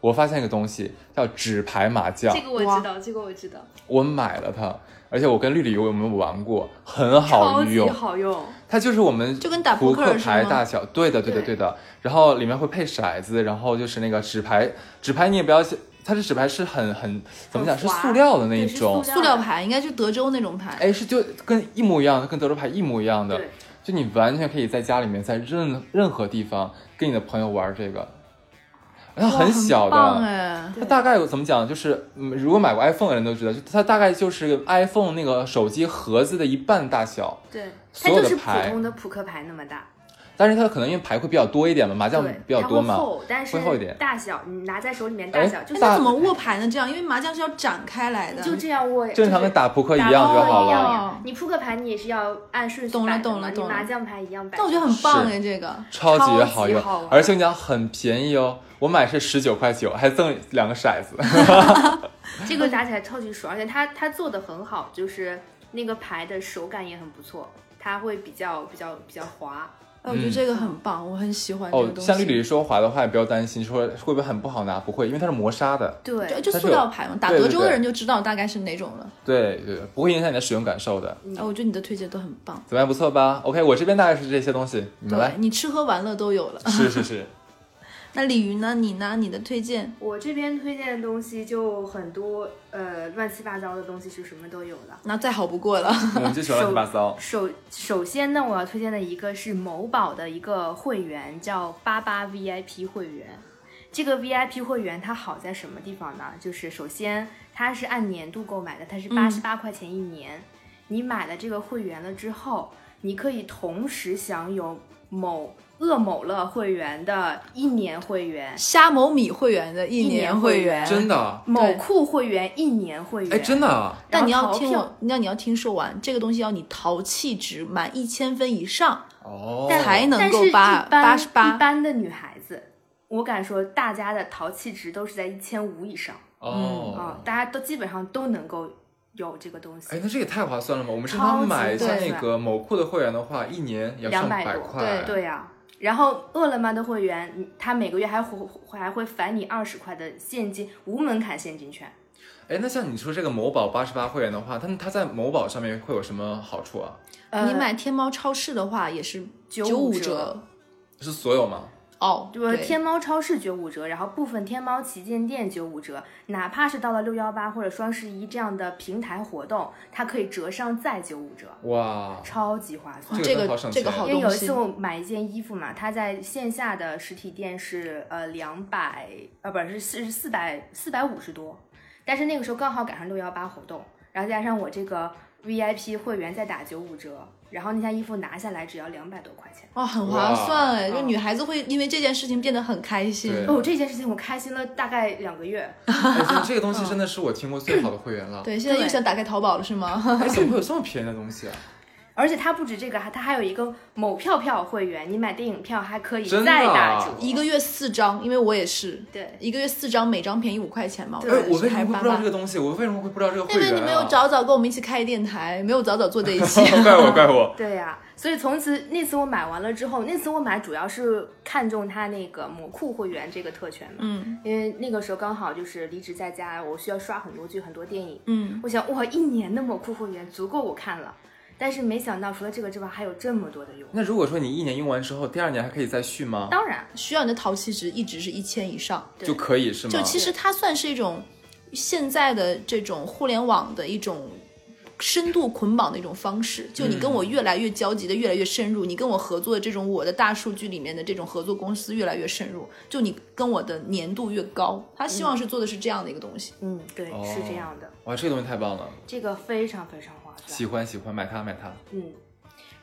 S2: 我发现一个东西叫纸牌麻将
S3: 这，个我知道，这个我知道，
S2: 我买了它，而且我跟绿绿我们玩过，很好
S3: 超级
S2: 用。
S3: 好用，
S2: 它就是我们
S1: 就跟打
S2: 扑
S1: 扑克
S2: 克
S1: 似的
S2: 牌
S1: 吗
S2: 大小，对的，对的，
S3: 对
S2: 对的。然后里面会配骰子，然后就是那个纸牌，纸牌你也不要，它这纸牌是很很怎么讲，
S3: 很
S2: 是
S3: 滑
S2: 塑料的那
S3: 对
S2: 一
S3: 是
S2: 种，
S1: 塑料牌应该就德州那种牌。
S2: 哎，是就跟一模一样，跟德州牌一模一样的。
S3: 对，
S2: 就你完全可以在家里面，在任任何地方跟你的朋友玩这个，它
S1: 哇
S2: 很小
S1: 棒
S2: 的。
S1: 哎，
S2: 它大概有怎么讲？就是，嗯，如果买过 iPhone 的人都知道，就它大概就是 iPhone 那个手机盒子的一半大小，
S3: 对，它
S2: 所有
S3: 就
S2: 的
S3: 是普
S2: 牌
S3: 通的扑克牌那么大，
S2: 但是它可能因为牌会比较多一点嘛，麻将
S3: 对，
S2: 比较
S3: 它
S2: 多
S3: 会
S2: 嘛，
S3: 厚，但
S2: 会厚一点
S3: 是大小你拿在手里面大
S2: 哎
S3: 小就
S1: 那
S3: 是
S2: 大
S1: 怎么握牌呢？这样，因为麻将是要展开来的。
S3: 就这样握，
S2: 正常
S3: 就
S2: 跟
S3: 是
S2: 打扑克一样
S3: 打
S2: 就
S3: 扑克
S2: 好
S3: 一样
S2: 了，
S1: 了
S3: 你扑克牌你也是要按顺序
S1: 懂了
S3: 摆的
S1: 哦懂
S3: 嘛
S1: 了
S3: 你
S1: 懂了
S3: 麻将牌一样摆。
S1: 但我觉得很棒
S2: 是
S1: 哎，这个
S2: 超级
S3: 超级
S2: 好用
S3: 好玩，
S2: 而且我跟你讲很便宜哦，我买是十九块九，还赠两个骰子，
S3: 这个打起来超级爽，而且它它做的很好，就是那个牌的手感也很不错，它会比较比较比较滑。
S1: 哎，我觉得这个很棒，我很喜欢这
S2: 嗯哦
S1: 个，东西。
S2: 像绿绿说滑的话，也不要担心说会不会很不好拿，不会，因为它是磨砂的。
S1: 对，
S3: 对，
S1: 就
S2: 它是
S1: 塑
S2: 有
S1: 料牌嘛，打
S2: 对对
S1: 德州的
S2: 对
S1: 人就知道大概是哪种了。
S2: 对对，不会影响你的使用感受的，
S3: 嗯
S1: 哎，我觉得你的推荐都很棒，
S2: 怎么样？不错吧？OK，我这边大概是这些东西，你
S1: 对
S2: 们来。
S1: 你吃喝玩乐都有了。 [laughs]
S2: 是是
S3: [laughs]
S2: 是，
S1: 那鲤鱼呢？你呢？你的推荐？
S3: 我这边推荐的东西就很多，呃，乱七八糟的东西是什么都有了。
S1: 那再好不过了。 [laughs]
S2: 我们就喜欢乱七八糟。
S3: 首首先呢，我要推荐的一个是某宝的一个会员，叫八八 VIP 会员。这个 VIP 会员它好在什么地方呢？就是首先它是按年度购买的，它是八十八块钱一年。你买了这个会员了之后，你可以同时享有某恶某乐会员的一年会员、
S1: 虾某米会员的一
S3: 一
S1: 年
S3: 年
S1: 会
S3: 会员
S2: 真的，啊
S3: 某酷会员一年会员。
S2: 哎，真的啊，
S1: 但你
S3: 然后
S1: 要
S3: 淘
S1: 听
S3: 票
S1: 我，那你要听说完这个东西，要你淘气值满一千分以上
S2: 哦，
S3: 但
S1: 才能
S3: 但
S1: 够
S3: 是一
S1: 八
S3: 般
S1: 八十
S3: 一
S1: 八。
S3: 般的女孩子，我敢说大家的淘气值都是在一千五以上啊、
S2: 哦，
S3: 大家都基本上都能够有这个东
S2: 哎
S3: 西，。
S2: 那这也太划算了吧！我们正常买
S3: 超级
S2: 像
S3: 划算
S2: 那个某库的会员的话，一年也要上
S3: 200
S2: 百
S3: 多
S2: 块，
S3: 对呀、然后饿了么的会员，你他每个月还会还会返你二十块的现金，无门槛现金券。
S2: 哎，那像你说这个某宝八十八会员的话，他们他在某宝上面会有什么好处啊？
S3: 呃
S1: 你买天猫超市的话也是五
S3: 95折
S2: 是所有吗？
S1: 哦，
S3: 就是
S1: 对
S3: 天猫超市九五折，然后部分天猫旗舰店九五折，哪怕是到了六幺八或者双十一这样的平台活动，它可以折上再九五折，
S2: 哇，
S3: 超级划算。
S1: 这
S2: 个真
S1: 个
S2: 好省
S1: 这个
S2: 钱
S1: 好
S3: 因为有
S1: 东
S3: 一
S1: 西
S3: 次。我买一件衣服嘛，它在线下的实体店是呃两百呃不是是四百四百五十多，但是那个时候刚好赶上六幺八活动，然后加上我这个 VIP 会员再打九五折，然后那件衣服拿下来只要两百多块钱。
S1: 哇、很划
S2: 哇
S1: 算哎！就
S3: 嗯
S1: 女孩子会因为这件事情变得很开心。
S2: 对
S3: 哦，这件事情我开心了大概两个月，
S2: 哎，
S1: [laughs]
S2: 这这个东西真的是我听过最好的会员了。
S1: 对，现在又
S3: 对
S1: 想打开淘宝了是 [laughs] 吗？
S2: 哎，怎么会有这么便宜的
S1: [laughs]
S2: 东西啊？
S3: 而且它不止这个，还它还有一个某票票会员，你买电影票还可以
S2: 真的
S3: 再
S2: 啊
S3: 打折。
S1: 一个月四张，因为我也是
S3: 对，
S1: 一个月四张，每张便宜五块钱嘛。
S3: 对
S2: 哎，我
S1: 记
S2: 为
S1: 得是
S2: 什么
S1: 还是
S2: 会不
S1: 八
S2: 知道这
S1: 八。
S2: 个东西？我为什么会不知道这个会
S1: 因为
S2: 员、啊？
S1: 你没有
S2: [laughs]
S1: 早早跟我们一起开电台，没有早早做这一期。
S2: 怪我怪我。
S3: 对呀、所以从此那次我买完了之后，那次我买主要是看中它那个魔库会员这个特权嘛，
S1: 嗯
S3: 因为那个时候刚好就是离职在家，我需要刷很多剧、很多电影。
S1: 嗯，
S3: 我想，哇，一年的魔库会员足够我看了，但是没想到除了这个之外还有这么多的用。
S2: 那如果说你一年用完之后，第二年还可以再续吗？
S3: 当然，
S1: [laughs] 需要你的淘气值一直是一千以上。
S3: 对
S2: 就可以是吗？
S1: 就其实它算是一种呃现在的这种互联网的一种深度捆绑的一种方式。就你跟我越来越交集的越来越深入，你跟我合作的这种我的大数据里面的这种合作公司越来越深入，就你跟我的粘度越高，他希望是做的是这样的一个东西。
S3: 嗯，对，
S2: 哦
S3: 是这样的，
S2: 哇，这个东西太棒了，
S3: 这个非常非常划算。
S2: 喜欢喜欢，买它买它。
S3: 嗯，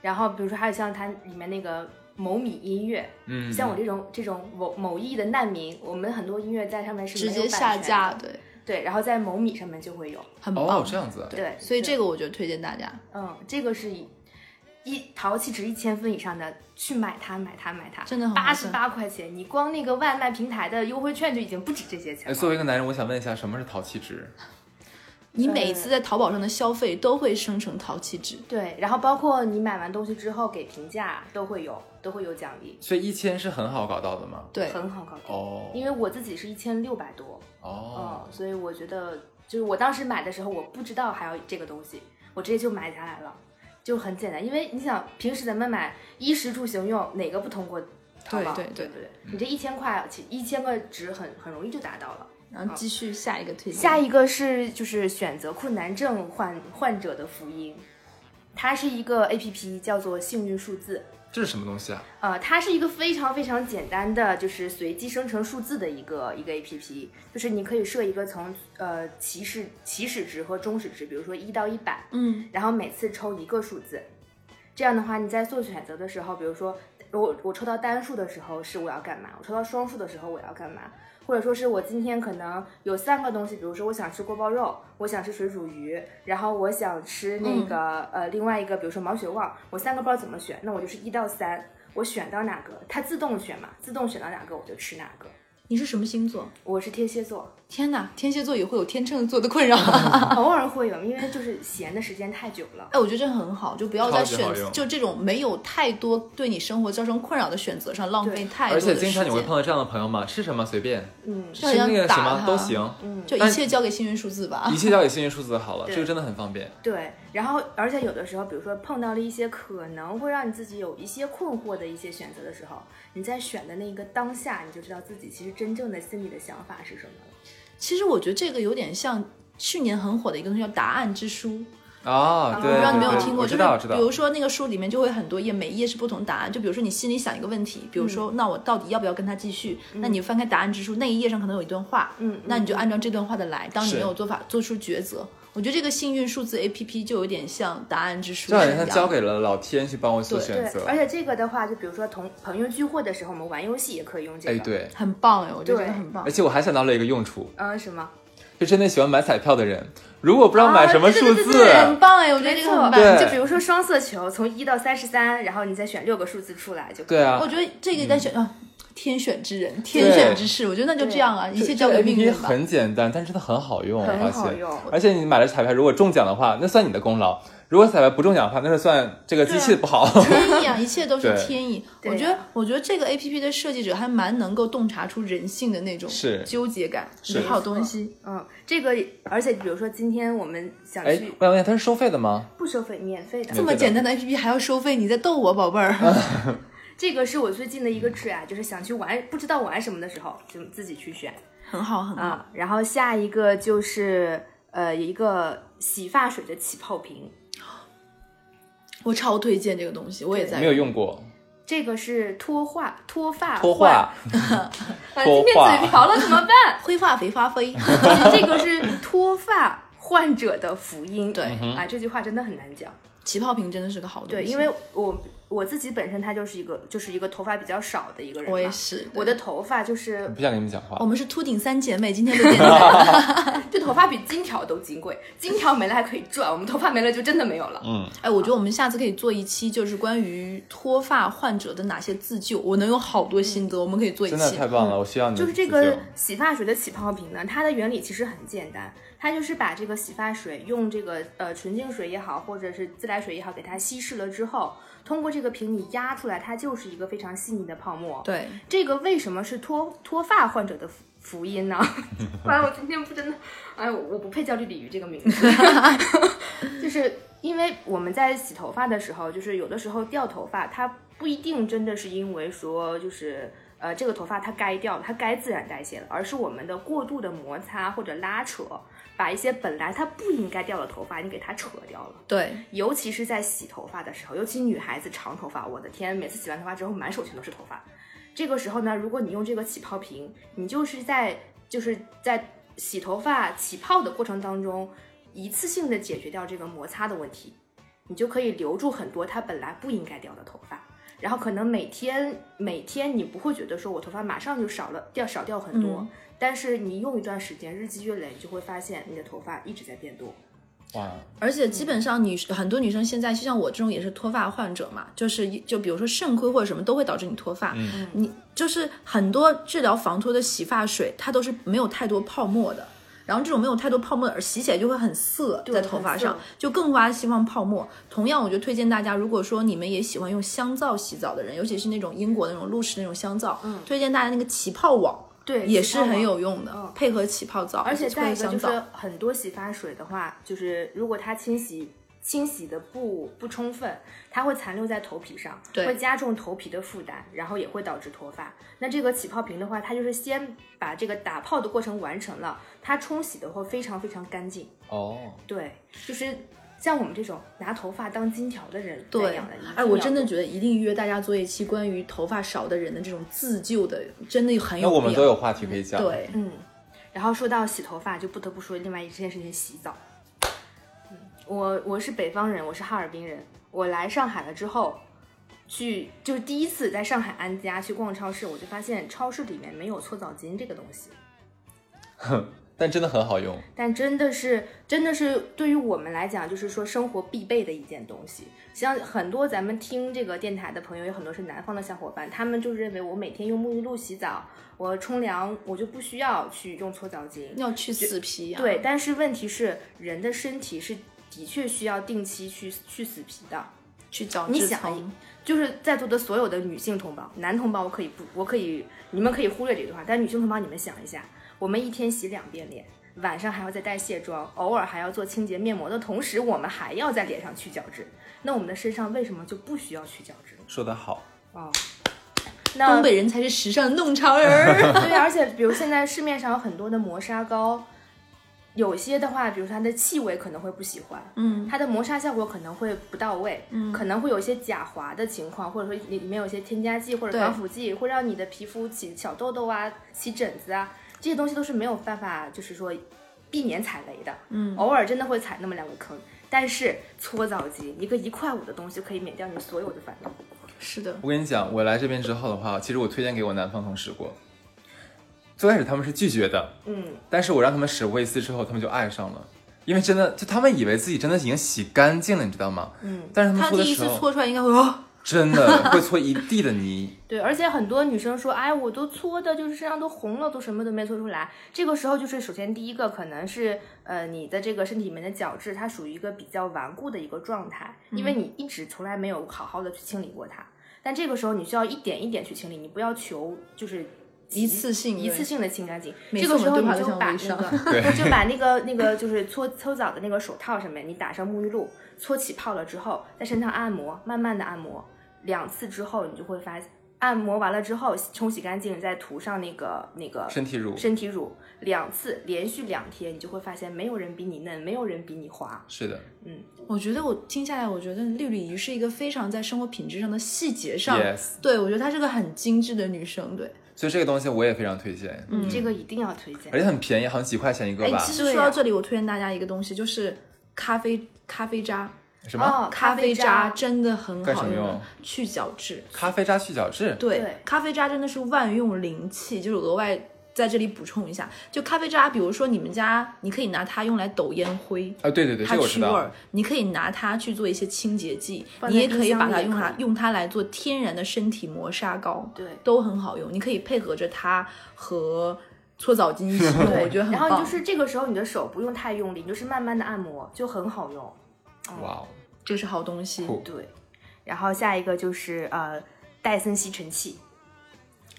S3: 然后比如说还有像它里面那个某米音乐，
S2: 嗯，
S3: 像我这种这种某某艺的难民，我们很多音乐在上面是
S1: 直
S3: 没有
S1: 接
S3: 版
S1: 下
S3: 权的
S1: 架，对，
S3: 对，然后在某米上面就会有，
S1: 很棒。
S2: 哦这样子，
S3: 对，
S1: 所以这
S3: 个，
S1: 个我觉得推荐大家。
S3: 嗯，这个是一一淘气值一千分以上的，去买它，买它，买它，
S1: 真的很划
S3: 八十
S1: 算
S3: 八块钱，你光那个外卖平台的优惠券就已经不止这些钱
S2: 哎，
S3: 了。
S2: 作为一个男人，我想问一下，什么是淘气值？
S1: 你每一次在淘宝上的消费都会生成淘气值，
S3: 对，然后包括你买完东西之后给评价都会有，都会有奖励，
S2: 所以一千是很好搞到的吗？
S1: 对，
S3: 很好搞定。
S2: 哦
S3: 因为我自己是一千六百多，
S2: 哦，
S3: 嗯，所以我觉得就是我当时买的时候，我不知道还有这个东西，我直接就买下来了，就很简单。因为你想，平时咱们买衣食住行用哪个不通过淘宝？
S1: 对对对
S3: 对不对，你这一千块，其一千个值很很容易就达到了。
S1: 然后继续下一个推荐。
S3: [laughs] 下一个是就是选择困难症患患者的福音，它是一个 A P P 叫做幸运数字，
S2: 这是什么东西啊？
S3: 呃，它是一个非常非常简单的，就是随机生成数字的一个一个 A P P，就是你可以设一个从呃起始起始值和终始值，比如说一到一百，
S1: 嗯，
S3: 然后每次抽一个数字，这样的话你在做选择的时候，比如说我我抽到单数的时候是我要干嘛，我抽到双数的时候我要干嘛，或者说是我今天可能有三个东西，比如说我想吃锅包肉，我想吃水煮鱼，然后我想吃那个、呃另外一个，比如说毛血旺，我三个不知道怎么选，那我就是一到三，我选到哪个，它自动选嘛，自动选到哪个我就吃哪个。
S1: 你是什么星座？
S3: 我是天蝎座，
S1: 天哪，天蝎座也会有天秤座的困
S2: [laughs]
S1: 扰。
S3: 偶尔会有，因为就是闲的时间太久了。
S1: 哎，我觉得这很好，就不要在
S2: 超级
S1: 选
S2: 好用
S1: 就这种没有太多对你生活造成困扰的选择上浪费
S3: 对
S1: 太多
S2: 而
S1: 的时间。
S2: 且经常你会碰到这样的朋友吗？吃什么随便，
S3: 嗯，
S1: 就
S2: 吃
S1: 很想
S2: 那个什
S1: 打
S2: 么
S1: 他
S2: 都，行，
S1: 就一
S2: 但
S1: 切交给幸运数字吧
S2: [laughs] 一。切交给幸运数字好了，
S3: 对
S2: 这个真的很方便。
S3: 对，然后而且有的时候，比如说碰到了一些可能会让你自己有一些困惑的一些选择的时候，你在选的那个当下，你就知道自己其实真正的心里的想法是什么了。
S1: 其实我觉得这个有点像去年很火的一个东西叫答案之书，
S2: 啊，对，
S1: 我不知道你没
S2: 对
S1: 有
S2: 对
S1: 听过，
S2: 我
S1: 就
S2: 知
S1: 是
S2: 道，我知
S1: 比
S2: 道，
S1: 如说那个书里面就会很多页，每一页是不同答案。就比如说你心里想一个问题，比如说那我到底要不要跟他继续？那你翻开答案之书，那一页上可能有一段话，
S3: 嗯
S1: 那你就按照这段话的来，当你
S2: 是
S1: 没有做法做出抉择，我觉得这个幸运数字 A P P 就有点像答案之书
S2: 就好像
S1: 是
S2: 他
S1: 一
S2: 交
S1: 样。
S2: 给了老天去帮我做
S1: 对
S2: 选择
S3: 对，，而且这个的话，就比如说同朋友聚会的时候，我们玩游戏也可以用这
S2: 哎
S3: 个。，
S2: 对，
S1: 很棒哎，我觉得
S3: 对
S1: 这个很棒
S2: 而。且我还想到了一个用处，
S3: 嗯，什么？
S2: 就真的喜欢买彩票的人，如果不知
S1: 啊
S2: 道买什么数字，
S1: 很棒哎，我觉得
S3: 没
S1: 这
S3: 错
S1: 个很，
S2: 对
S1: 棒。
S3: 就比如说双色球，从一到三十三，然后你再选六个数字出来就可以。
S2: 对啊，
S1: 我觉得这个在选啊，天选之人，天选之事，我觉得那就这样啊，一切交给命
S2: 这
S1: 运
S2: 个 APP
S1: 吧。
S2: 很简单，但是真的很好用，
S3: 很
S2: 而
S3: 好
S2: 且
S3: 用
S2: 而且你买了彩票，如果中奖的话，那算你的功劳；如果彩票不中奖的话，那是算这个机器不好。
S1: 天意啊，一切都是
S2: 对
S1: 天意。
S3: 对
S1: 我觉得
S3: 啊，
S1: 我觉得这个 A P P 的设计者还蛮能够洞察出人性的那种
S2: 是
S1: 纠结感，
S2: 是
S1: 好东西。
S3: 嗯，这个而且比如说今天我们
S2: [laughs]
S3: 想
S2: 哎
S3: 去，
S2: 我想问一下，它是收费的吗？
S3: 不收费，免费的
S2: 啊
S1: 这。么简单的 A P P 还要收费，你在逗我宝
S2: [laughs]
S1: 贝儿？
S3: 这个是我最近的一个挚爱，就是想去玩，不知道玩什么的时候，就自己去选
S1: 很好，
S2: 嗯
S1: 很好。
S3: 啊。然后下一个就是呃一个洗发水的起泡瓶，
S1: 我超推荐这个东西，我也在
S2: 没有用过，
S3: 这个是脱发脱发
S2: 脱化
S3: 换，啊
S2: 脱
S3: 今天
S2: 发
S3: 嘴瓢了怎么办？ [laughs]
S1: 灰发肥发飞。 [laughs]
S3: 这个是脱发患者的
S1: [laughs]
S3: 福音。对
S2: 嗯
S3: 啊，这句话真的很难讲。
S1: 起泡瓶真的是个好东西。
S3: 对，因为我我自己本身他就是一个就是一个头发比较少的一个人嘛，
S1: 我也是
S3: 我的头发就是
S2: 不想跟你们讲话
S1: 我。们是秃顶三姐妹，今天的电
S2: [laughs]
S1: 台
S3: 这头发比金条都金贵，金条没了还可以赚，我们头发没了就真的没有了。
S2: 嗯，
S1: 哎，我觉得我们下次可以做一期，就是关于脱发患者的哪些自救，我能有好多心得，我们可以做一
S2: 嗯真的
S1: 期
S2: 太。棒了，我需要你们
S3: 就是这
S2: 自
S3: 个
S2: 救
S3: 洗发水的起泡瓶呢，它的原理其实很简单，它就是把这个洗发水用这个呃纯净水也好，或者是自来水也好，给它稀释了之后，通过这个瓶你压出来，它就是一个非常细腻的泡沫。
S1: 对，
S3: 这个为什么是脱脱发患者的福福音呢？ [laughs] 哎，我今天不真的，哎，我我不配叫绿鲤鱼这个名字， [laughs] 就是因为我们在洗头发的时候，就是有的时候掉头发，它不一定真的是因为说就是。呃，这个头发它该掉了，它该自然代谢了，而是我们的过度的摩擦或者拉扯，把一些本来它不应该掉的头发，你给它扯掉了。
S1: 对，
S3: 尤其是在洗头发的时候，尤其女孩子长头发，我的天，每次洗完头发之后满手全都是头发。这个时候呢，如果你用这个起泡瓶，你就是在就是在洗头发起泡的过程当中，一次性的解决掉这个摩擦的问题，你就可以留住很多它本来不应该掉的头发。然后可能每天每天你不会觉得说我头发马上就少了掉少掉很多，
S1: 嗯
S3: 但是你用一段时间，日积月累，你就会发现你的头发一直在变多。
S2: 哇，
S1: 而且
S3: 嗯
S1: 基本上女很多女生现在就像我这种也是脱发患者嘛，就是一就比如说肾亏或者什么都会导致你脱发。
S2: 嗯
S1: 你就是很多治疗防脱的洗发水，它都是没有太多泡沫的。然后这种没有太多泡沫的，而洗起来就会很涩，
S3: 对
S1: 在头发上
S3: 很涩
S1: 就更加希望泡沫。同样，我就推荐大家，如果说你们也喜欢用香皂洗澡的人，尤其是那种英国那种露式那种香皂，推荐大家那个起泡网
S3: 嗯对，
S1: 也
S3: 起
S1: 是
S3: 泡
S1: 很
S3: 嘛
S1: 有用的，
S3: 嗯
S1: 配合起泡皂，
S3: 而且
S1: 配
S3: 再
S1: 合
S3: 一个
S1: 香
S3: 就
S1: 皂
S3: 是很多洗发水的话，就是如果它清洗清洗的不不充分，它会残留在头皮上，
S1: 对
S3: 会加重头皮的负担，然后也会导致脱发。那这个起泡瓶的话，它就是先把这个打泡的过程完成了，它冲洗的会非常非常干净。
S2: 哦，
S3: 对，就是像我们这种拿头发当金条的人那
S1: 对
S3: 样的，，
S1: 哎，我真的觉
S3: 得
S1: 得一定约大家做一期关于头发少的人的这种自救的，真的很有必
S2: 那
S1: 要。
S2: 我们都有啊话题可以讲。，
S1: 对，
S3: 嗯。然后说到洗头发，就不得不说另外一件事情——洗澡。嗯我我是北方人，我是哈尔滨人。我来上海了之后，去就是第一次在上海安家去逛超市，我就发现超市里面没有搓澡巾这个东西。
S2: 但真的很好用。
S3: 但真的是，真的是对于我们来讲，就是说生活必备的一件东西。像很多咱们听这个电台的朋友，有很多是南方的小伙伴，他们就认为我每天用沐浴露洗澡，我冲凉我就不需要去用搓澡巾。
S1: 要去死皮呀、
S3: 对，，但是问题是，人的身体是的确需要定期去去死皮的。
S1: 去角
S3: 你
S1: 质
S3: 想
S1: 层。
S3: 就是在座的所有的女性同胞，男同胞我可以不，我可以，你们可以忽略这句话，但女性同胞你们想一下，我们一天洗两遍脸，晚上还要再带卸妆，偶尔还要做清洁面膜的同时，我们还要在脸上去角质，那我们的身上为什么就不需要去角质？
S2: 说得好，
S3: 哦，
S1: 东
S3: 那
S1: 北人才是
S2: [laughs]
S1: 时尚的弄潮儿。
S3: 对，而且比如现在市面上有很多的磨砂膏，有些的话，比如说它的气味可能会不喜欢，
S1: 嗯
S3: 它的摩擦效果可能会不到位，
S1: 嗯
S3: 可能会有一些假滑的情况，或者说里里面有一些添加剂或者
S1: 对
S3: 防腐剂，会让你的皮肤起小痘痘啊、起疹子啊，这些东西都是没有办法，就是说避免踩雷的。
S1: 嗯，
S3: 偶尔真的会踩那么两个坑，但是搓澡机一个一块五的东西可以免掉你所有的烦恼。
S1: 是的，
S2: 我跟你讲，我来这边之后的话，其实我推荐给我南方同事过，最开始他们是拒绝的，
S3: 嗯，
S2: 但是我让他们使过一次之后，他们就爱上了，因为真的就他们以为自己真的已经洗干净了，你知道吗？
S3: 嗯，
S2: 但是他
S1: 他
S2: 们搓的
S1: 第一
S2: 时
S1: 次
S2: 候，
S1: 搓出来应该会哦，
S2: 真的会搓一地的泥。 [laughs]
S3: 对，而且很多女生说，哎，我都搓的，就是身上都红了，都什么都没搓出来。这个时候就是，首先第一个可能是，呃，你的这个身体里面的角质，它属于一个比较顽固的一个状态，因为
S1: 嗯
S3: 你一直从来没有好好的去清理过它。但这个时候你需要一点一点去清理，你不要求就是
S1: 一次性
S3: 一
S1: 对
S3: 次性的清干净。
S1: 每
S3: 这
S1: 次
S3: 个时
S1: 我
S3: 候
S1: 们
S3: 你
S1: 对话
S3: 就
S1: 都像
S3: 把
S1: 微
S3: 那
S1: 商
S3: [laughs] 个就把那个那个就是搓搓澡的那个手套上面，你打上沐浴露，搓起泡了之后，在身上按摩，慢慢的按摩两次之后，你就会发现，按摩完了之后冲洗干净，再涂上那个那个
S2: 身体乳
S3: 身体乳两次，连续两天，你就会发现没有人比你嫩，没有人比你滑。
S2: 是的
S3: 嗯，
S1: 我觉得我听下来，我觉得绿鲤鱼是一个非常在生活品质上的细节上
S2: ，yes。
S1: 对我觉得她是个很精致的女生，对。
S2: 所以这个东西我也非常推荐，
S1: 嗯
S3: 这个一定要推荐
S2: 而。且很便宜，好像几块钱一个
S1: 哎，
S2: 吧？
S1: 其实
S3: 对
S1: 说到
S3: 呀
S1: 这里，我推荐大家一个东西，就是咖啡咖啡渣，
S2: 什么？
S3: 哦，
S1: 咖啡渣
S3: 渣，
S1: 真的很
S2: 干
S1: 好
S2: 什么用
S1: 用，去角质。
S2: 咖啡渣去角质？
S1: 对，
S3: 对
S1: 咖啡渣真的是万用灵器，就是额外在这里补充一下，就咖啡渣，比如说你们家，你可以拿它用来抖烟灰。
S2: 啊，对对对，这
S1: 它
S2: 个我
S1: 去
S2: 知
S1: 味
S2: 道
S1: 儿。，你可以拿它去做一些清洁剂，
S3: 放
S1: 你
S3: 在
S1: 也可以
S3: 冰箱
S1: 把
S3: 里
S1: 它
S3: 也
S1: 用它
S3: 可以
S1: 用它来做天然的身体磨砂膏，
S3: 对。
S1: 都很好用。你可以配合着它和搓澡巾
S2: [laughs]
S1: 一起用，
S3: 对
S1: 我觉得很
S3: 然
S1: 棒。
S3: 后你就是这个时候你的手不用太用力，你就是慢慢的按摩，就很好用。
S2: 哇哦，
S1: 这是好东西，
S2: 酷！
S3: 对，然后下一个就是呃，戴森吸尘器。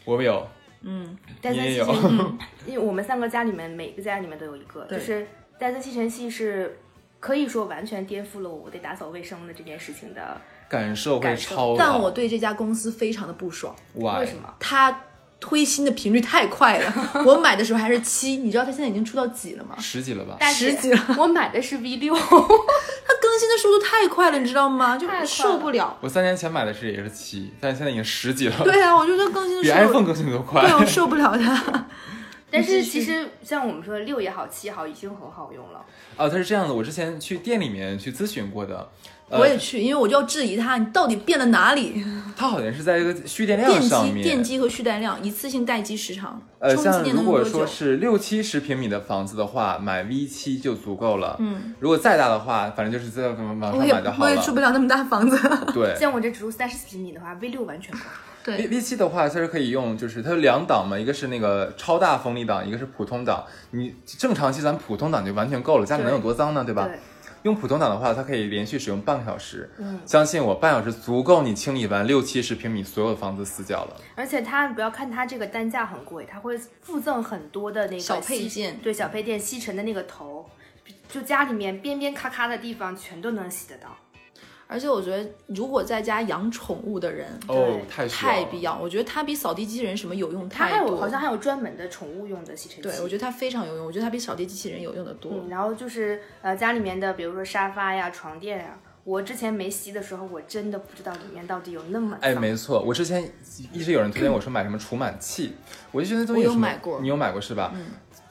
S2: 我们有，
S1: 嗯，
S3: 戴森
S2: 你也
S3: 吸
S2: 有
S3: 尘器，嗯因为我们三个家里面每个家里面都有一个，
S1: 对
S3: 就是戴森吸尘器是可以说完全颠覆了我对打扫卫生的这件事情的。
S2: 感受会
S3: 感受
S2: 超好。
S1: 但我对这家公司非常的不爽，
S2: why
S3: 为什？么？
S1: 它推新的频率太快了。我买的时候还是七，你知道它现在已经出到几了吗？
S2: 十几了吧？
S3: 但是
S1: 十几了，
S3: 我买的是 V 六，
S1: 它更新的速度太快了，你知道吗？就
S3: 太快了
S1: 受不了。
S2: 我三年前买的是也是七，但是现在已经十几了，
S1: 对啊，我觉得更新的
S2: 比
S1: 速度
S2: iPhone，更新的都快
S1: 对，。啊我受不了
S2: [laughs]
S1: 它。
S3: 但是
S1: 你继续
S3: 其实像我们说六也好，七也好，已经很好用了。
S2: 啊，它是这样的，我之前去店里面去咨询过的，呃
S1: 我也去，因为我就要质疑它，你到底变了哪
S2: [laughs]
S1: 里？
S2: 它好像是在这个蓄电量
S1: 电
S2: 上
S1: 机、
S2: 面，
S1: 电机和蓄带量，一次性待机时长，
S2: 呃，
S1: 充气
S2: 像
S1: 电
S2: 如
S1: 能用
S2: 果
S1: 多
S2: 说
S1: 久？
S2: 是六七十平米的房子的话，买 V 七就足够了。
S1: 嗯，
S2: 如果再大的话，反正就是在网
S1: 我
S2: 上
S1: 也
S2: 买就好
S1: 我也
S2: 了
S1: 住。不了那么大房子。 [laughs]
S2: 对
S3: 像我这只住三十四平米的话，V 六完全够。
S2: ，V
S1: 对，
S2: V 七的话，它是可以用，就是它有两档嘛，一个是那个超大风力档，一个是普通档。你正常计算普通档就完全够了，家里能有多脏呢，对吧？
S3: 对，
S2: 用普通档的话，它可以连续使用半个小时。
S3: 嗯，
S2: 相信我，半小时足够你清理完六七十平米所有的房子死角了。
S3: 而且它不要看它这个单价很贵，它会附赠很多的那个
S1: 小配
S3: 吸
S1: 件
S3: 对小配件吸尘的那个头，就家里面边边咔咔的地方全都能洗得到。
S1: 而且我觉得，如果在家养宠物的人，
S2: 哦
S3: 对，
S2: 太需要
S1: 太
S2: 了
S1: 必要。我觉得它比扫地机器人什么有用
S3: 它
S1: 太
S3: 还
S1: 多。
S3: 有好像还有专门的宠物用的吸尘器，
S1: 对，我觉得它非常有用。我觉得它比扫地机器人有用的多。
S3: 嗯，然后就是呃家里面的比如说沙发呀、床垫呀，我之前没吸的时候，我真的不知道里面到底有那么
S2: 哎，
S3: 脏
S2: 没错，我之前一直有人推荐我说买什么除螨器，我就觉得这东西
S1: 我有
S2: 什么
S1: 买过
S2: 你有买过是吧？
S1: 嗯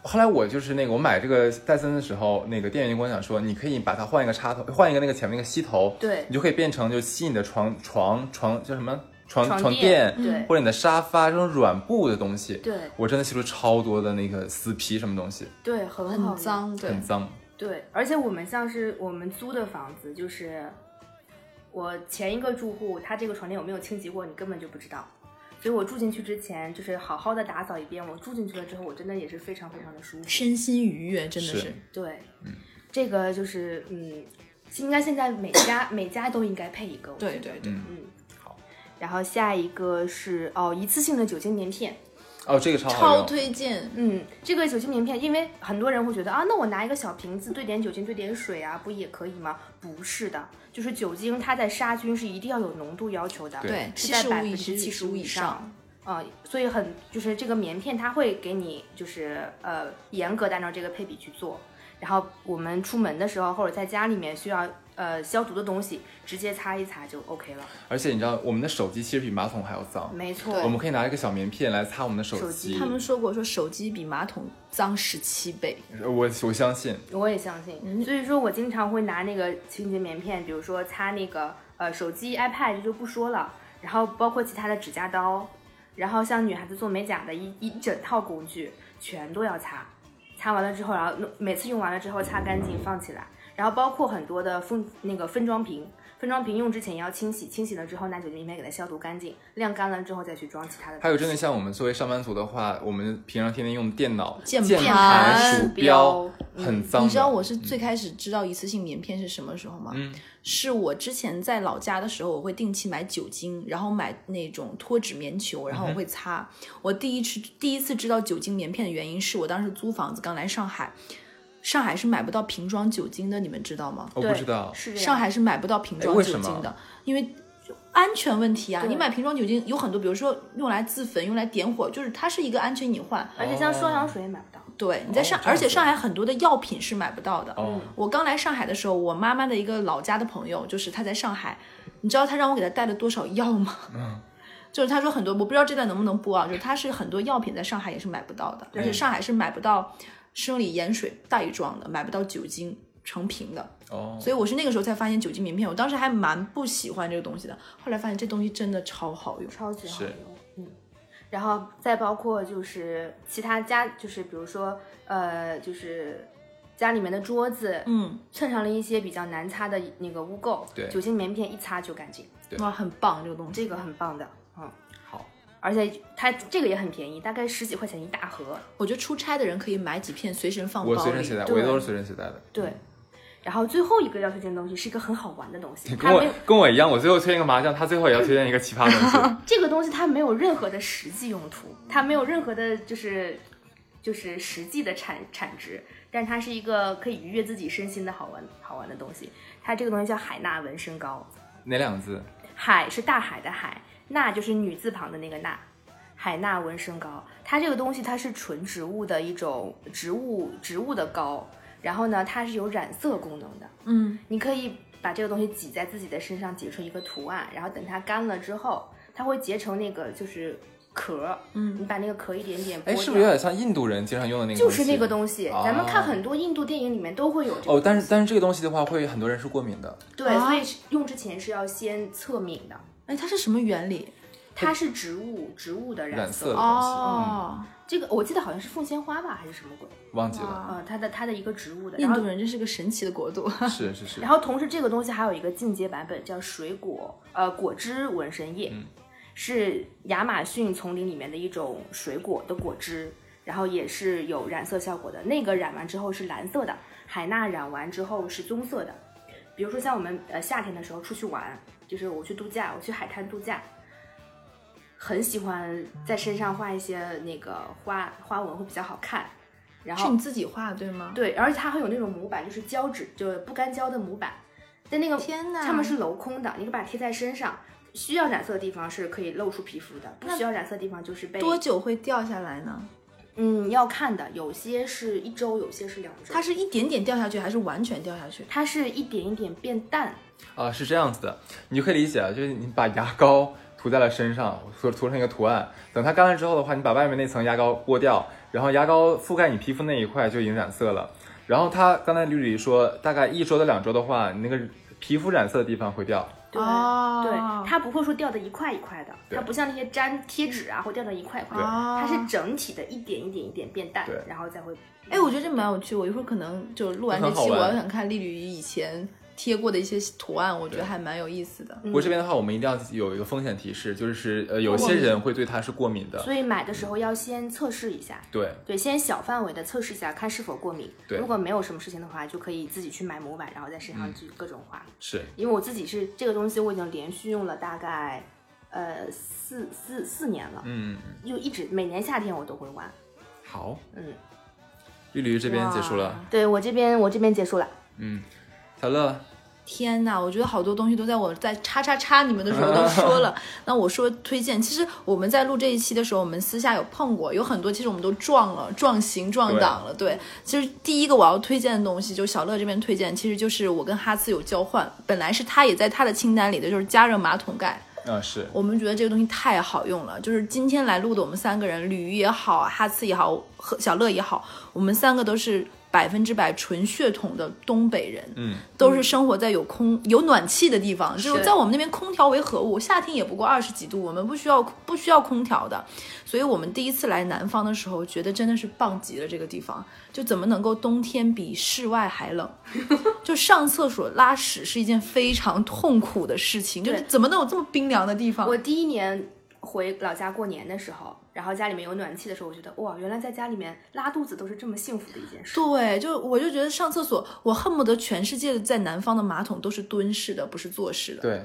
S2: 后来我就是那个我买这个戴森的时候，那个店员就跟我讲说，你可以把它换一个插头，换一个那个前面那个吸头，
S3: 对
S2: 你就可以变成就吸你的床床床叫什么床
S3: 床
S2: 垫
S3: 垫对
S1: 嗯
S2: 或者你的沙发这种软布的东西。
S3: 对
S2: 我真的吸出超多的那个死皮什么东西，
S3: 对，很好
S1: 很
S3: 用
S1: 脏，对
S2: 很，脏。
S3: 对，而且我们像是我们租的房子，就是我前一个住户，他这个床垫有没有清洁过，你根本就不知道。所以我住进去之前，就是好好的打扫一遍。我住进去了之后，我真的也是非常非常的舒服。
S1: 身心愉悦，真的
S2: 是
S1: 是
S3: 对，这个就是嗯，应该现在每家每家都应该配一个。我觉
S1: 对
S3: 得
S1: 对对。
S2: 嗯，
S3: 嗯，好。然后下一个是哦，一次性的酒精棉片。
S2: 哦，这个超好
S1: 超
S2: 用。
S1: 推荐，
S3: 嗯，这个酒精棉片，因为很多人会觉得啊，那我拿一个小瓶子兑点酒精、兑点水啊，不也可以吗？不是的，就是酒精它在杀菌是一定要有浓度要求的，
S2: 对
S1: 对，
S3: 是
S1: 七
S3: 在
S1: 十
S3: 百
S1: 五
S3: 分
S1: 以
S3: 之七十
S1: 十
S3: 五
S1: 五
S3: 以
S1: 上
S3: 上。。嗯，所以呃很就是这个棉片，它会给你就是呃严格的按照这个配比去做。然后我们出门的时候或者在家里面需要呃消毒的东西，直接擦一擦就 OK 了。
S2: 而且你知道，我们的手机其实比马桶还要脏，
S3: 没错，
S2: 我们可以拿一个小棉片来擦我们的手
S3: 手机
S1: 他们说过，说手机比马桶脏十七倍。
S2: 我我相信，
S3: 我也相
S1: 嗯
S3: 信。所以说我经常会拿那个清洁棉片，比如说擦那个呃手机、iPad 这就不说了，然后包括其他的指甲刀，然后像女孩子做美甲的一一整套工具全都要擦，擦完了之后，然后弄每次用完了之后擦干净放起来，然后包括很多的分那个分装瓶。分装瓶用之前也要清洗，清洗了之后拿酒精棉给它消毒干净，晾干了之后再去装其他的。
S2: 还有真的像我们作为上班族的话，我们平常天天用的电脑、
S1: 键
S2: 键
S1: 盘
S2: 盘、鼠
S3: 鼠标
S2: 很脏的。
S1: 你知道我是最开始知道一次性棉片是什么时候吗？
S2: 嗯
S1: 是我之前在老家的时候，我会定期买酒精，然后买那种脱脂棉球，然后我会擦。我第一次第一次知道酒精棉片的原因，是我当时租房子刚来上海，上海是买不到瓶装酒精的，你们知道吗？
S2: 我
S3: 对
S2: 不知道，
S3: 是这样
S1: 上海是买不到瓶装
S2: 哎为
S1: 酒
S2: 什么
S1: 精的，因为安全问题啊。
S3: 对
S1: 你买瓶装酒精有很多，比如说用来自焚、用来点火，就是它是一个安全隐患。
S3: 而
S2: 哦
S3: 且像双氧水也买不到。
S1: 对，你在上，
S2: 这样
S1: 而
S2: 子
S1: 且上海很多的药品是买不到的。
S3: 嗯
S2: 哦，
S1: 我刚来上海的时候，我妈妈的一个老家的朋友，就是她在上海，你知道她让我给她带了多少药吗？
S2: 嗯
S1: [laughs] 就是她说很多，我不知道这段能不能播啊，就是她是很多药品在上海也是买不到的，而
S2: 嗯
S1: 且上海是买不到生理盐水袋装的，买不到酒精成瓶的。
S2: 哦，
S1: 所以我是那个时候才发现酒精棉片，我当时还蛮不喜欢这个东西的，后来发现这东西真的超好用。
S3: 超级好
S2: 是
S3: 用，嗯。然后再包括就是其他家，就是比如说呃，就是家里面的桌子，
S1: 嗯，
S3: 蹭上了一些比较难擦的那个污垢，
S2: 对
S3: 酒精棉片一擦就干净，
S2: 对
S1: 哇，很棒这个东西。
S3: 这个很棒的，嗯。
S2: 好，
S3: 而且它这个也很便宜，大概十几块钱一大盒，
S1: 我觉得出差的人可以买几片随身放
S2: 我
S1: 包
S2: 随身
S1: 里
S2: 携。带，
S3: 对
S2: 我也都是随身携带的。
S3: 对。然后最后一个要推荐的东西是一个很好玩的东西，
S2: 跟
S3: 它
S2: 我
S3: 没有
S2: 跟我一样，我最后推荐一个麻将，他最后也要推荐一个奇葩东西。
S3: 这个东西它没有任何的实际用途，它没有任何的就是就是实际的产产值，但它是一个可以愉悦自己身心的好玩好玩的东西。它这个东西叫海纳纹身膏，
S2: 哪两个字？
S3: 海是大海的海，纳就是女字旁的那个纳。海纳纹身膏，它这个东西它是纯植物的一种植物植物的膏，然后呢，它是有染色功能的，
S1: 嗯，
S3: 你可以把这个东西挤在自己的身上，挤出一个图案，然后等它干了之后，它会结成那个就是壳，
S1: 嗯，
S3: 你把那个壳一点点剥
S2: 哎，
S3: 掉，
S2: 是不是有点像印度人经常用的那个
S3: 就
S2: 东西？
S3: 是那个东西？
S2: 哦
S3: 咱们看很多印度电影里面都会有这个，
S2: 哦，但是但是这个东西的话，会很多人是过敏的。
S3: 对，
S1: 啊
S3: 所以是用之前是要先测敏的。
S1: 哎，它是什么原理？
S3: 它是植物植物的染
S2: 染色的
S1: 哦，
S3: 这个我记得好像是凤仙花吧，还是什么鬼？
S2: 忘记了，
S1: 哇
S3: 呃，它的它的一个植物
S2: 嗯
S3: 的，
S1: 印
S3: 然后
S1: 度人真是个神奇的国
S2: [laughs]
S1: 度。
S2: 是是是
S3: 然。后同时这个东西还有一个进阶版本叫水果呃果汁纹身液，是亚马逊丛林里面的一种水果的果汁，然后也是有染色效果的。那个染完之后是蓝色的，海纳染完之后是棕色的。比如说像我们呃夏天的时候出去玩，就是我去度假，我去海滩度假。很喜欢在身上画一些那个花花纹会比较好看，然后
S1: 是你自己画的对吗？
S3: 对，而且它会有那种模板，就是胶纸，就是不干胶的模板。但那个
S1: 天哪
S3: 它们是镂空的，你可以把它贴在身上。需要染色的地方是可以露出皮肤的，不需要染色的地方就是被
S1: 多久会掉下来呢？
S3: 嗯要看的，有些是一周，有些是两周。
S1: 它是一点点掉下去，还是完全掉下去？
S3: 它是一点一点变淡，
S2: 啊，是这样子的，你就可以理解啊，就是你把牙膏涂在了身上，涂涂成一个图案。等它干了之后的话，你把外面那层牙膏剥掉，然后牙膏覆盖你皮肤那一块就已经染色了。然后它刚才吕吕说，大概一周到两周的话，你那个皮肤染色的地方会掉。
S3: 对、
S1: 哦
S3: 对，它不会说掉的一块一块的，
S2: 对
S3: 它不像那些粘贴纸啊会掉的一块一块
S2: 对
S3: 的，它是
S1: 哦
S3: 整体的一点一点一点变淡
S2: 对，
S3: 然后再会。
S1: 哎，我觉得这蛮有趣。我一会儿可能就录完这
S2: 很好
S1: 期，我
S2: 玩
S1: 要想看丽吕以前贴过的一些图案，我觉得还蛮有意思的。
S2: 不过这边的话，我们一定要有一个风险提示，就是呃，有
S3: 嗯过
S2: 些
S3: 敏
S2: 人会对它是过敏的。
S3: 所以买的时候要先测试一下，
S2: 对，
S3: 对，先小范围的测试一下，看是否过敏。
S2: 对嗯
S3: 如果没有什么事情的话，就可以自己去买模板，然后在身上去各种画。
S2: 是
S3: 因为我自己是这个东西，我已经连续用了大概呃四四四年了，
S2: 嗯，
S3: 就一直每年夏天我都会玩。
S2: 好，
S3: 嗯，
S2: 绿驴这边结束了
S1: 哇。
S3: 对我这边我这边结束了。
S2: 嗯，小乐，
S1: 天呐，我觉得好多东西都在我在叉叉叉你们的时候都说了。那我说推荐，其实我们在录这一期的时候，我们私下有碰过，有很多其实我们都撞了，撞型撞档了。对，其实第一个我要推荐的东西，就小乐这边推荐，其实就是我跟哈次有交换，本来是他也在他的清单里的，就是加热马桶盖。
S2: 啊是，
S1: 我们觉得这个东西太好用了，就是今天来录的我们三个人，吕鱼也好，哈次也好，和小乐也好，我们三个都是百分之百纯血统的东北人，
S2: 嗯，
S1: 都是生活在有空有暖气的地方，就是
S3: 是
S1: 在我们那边空调为何物，夏天也不过二十几度，我们不需要不需要空调的，所以我们第一次来南方的时候，觉得真的是棒极了这个地方，就怎么能够冬天比室外还
S3: [laughs]
S1: 冷？就上厕所拉屎是一件非常痛苦的事情，就是
S3: 对
S1: 怎么能有这么冰凉的地方？
S3: 我第一年回老家过年的时候，然后家里面有暖气的时候，我觉得哇，原来在家里面拉肚子都是这么幸福的一件事。
S1: 对，就我就觉得上厕所，我恨不得全世界的在南方的马桶都是蹲式的，不是坐式的。
S2: 对，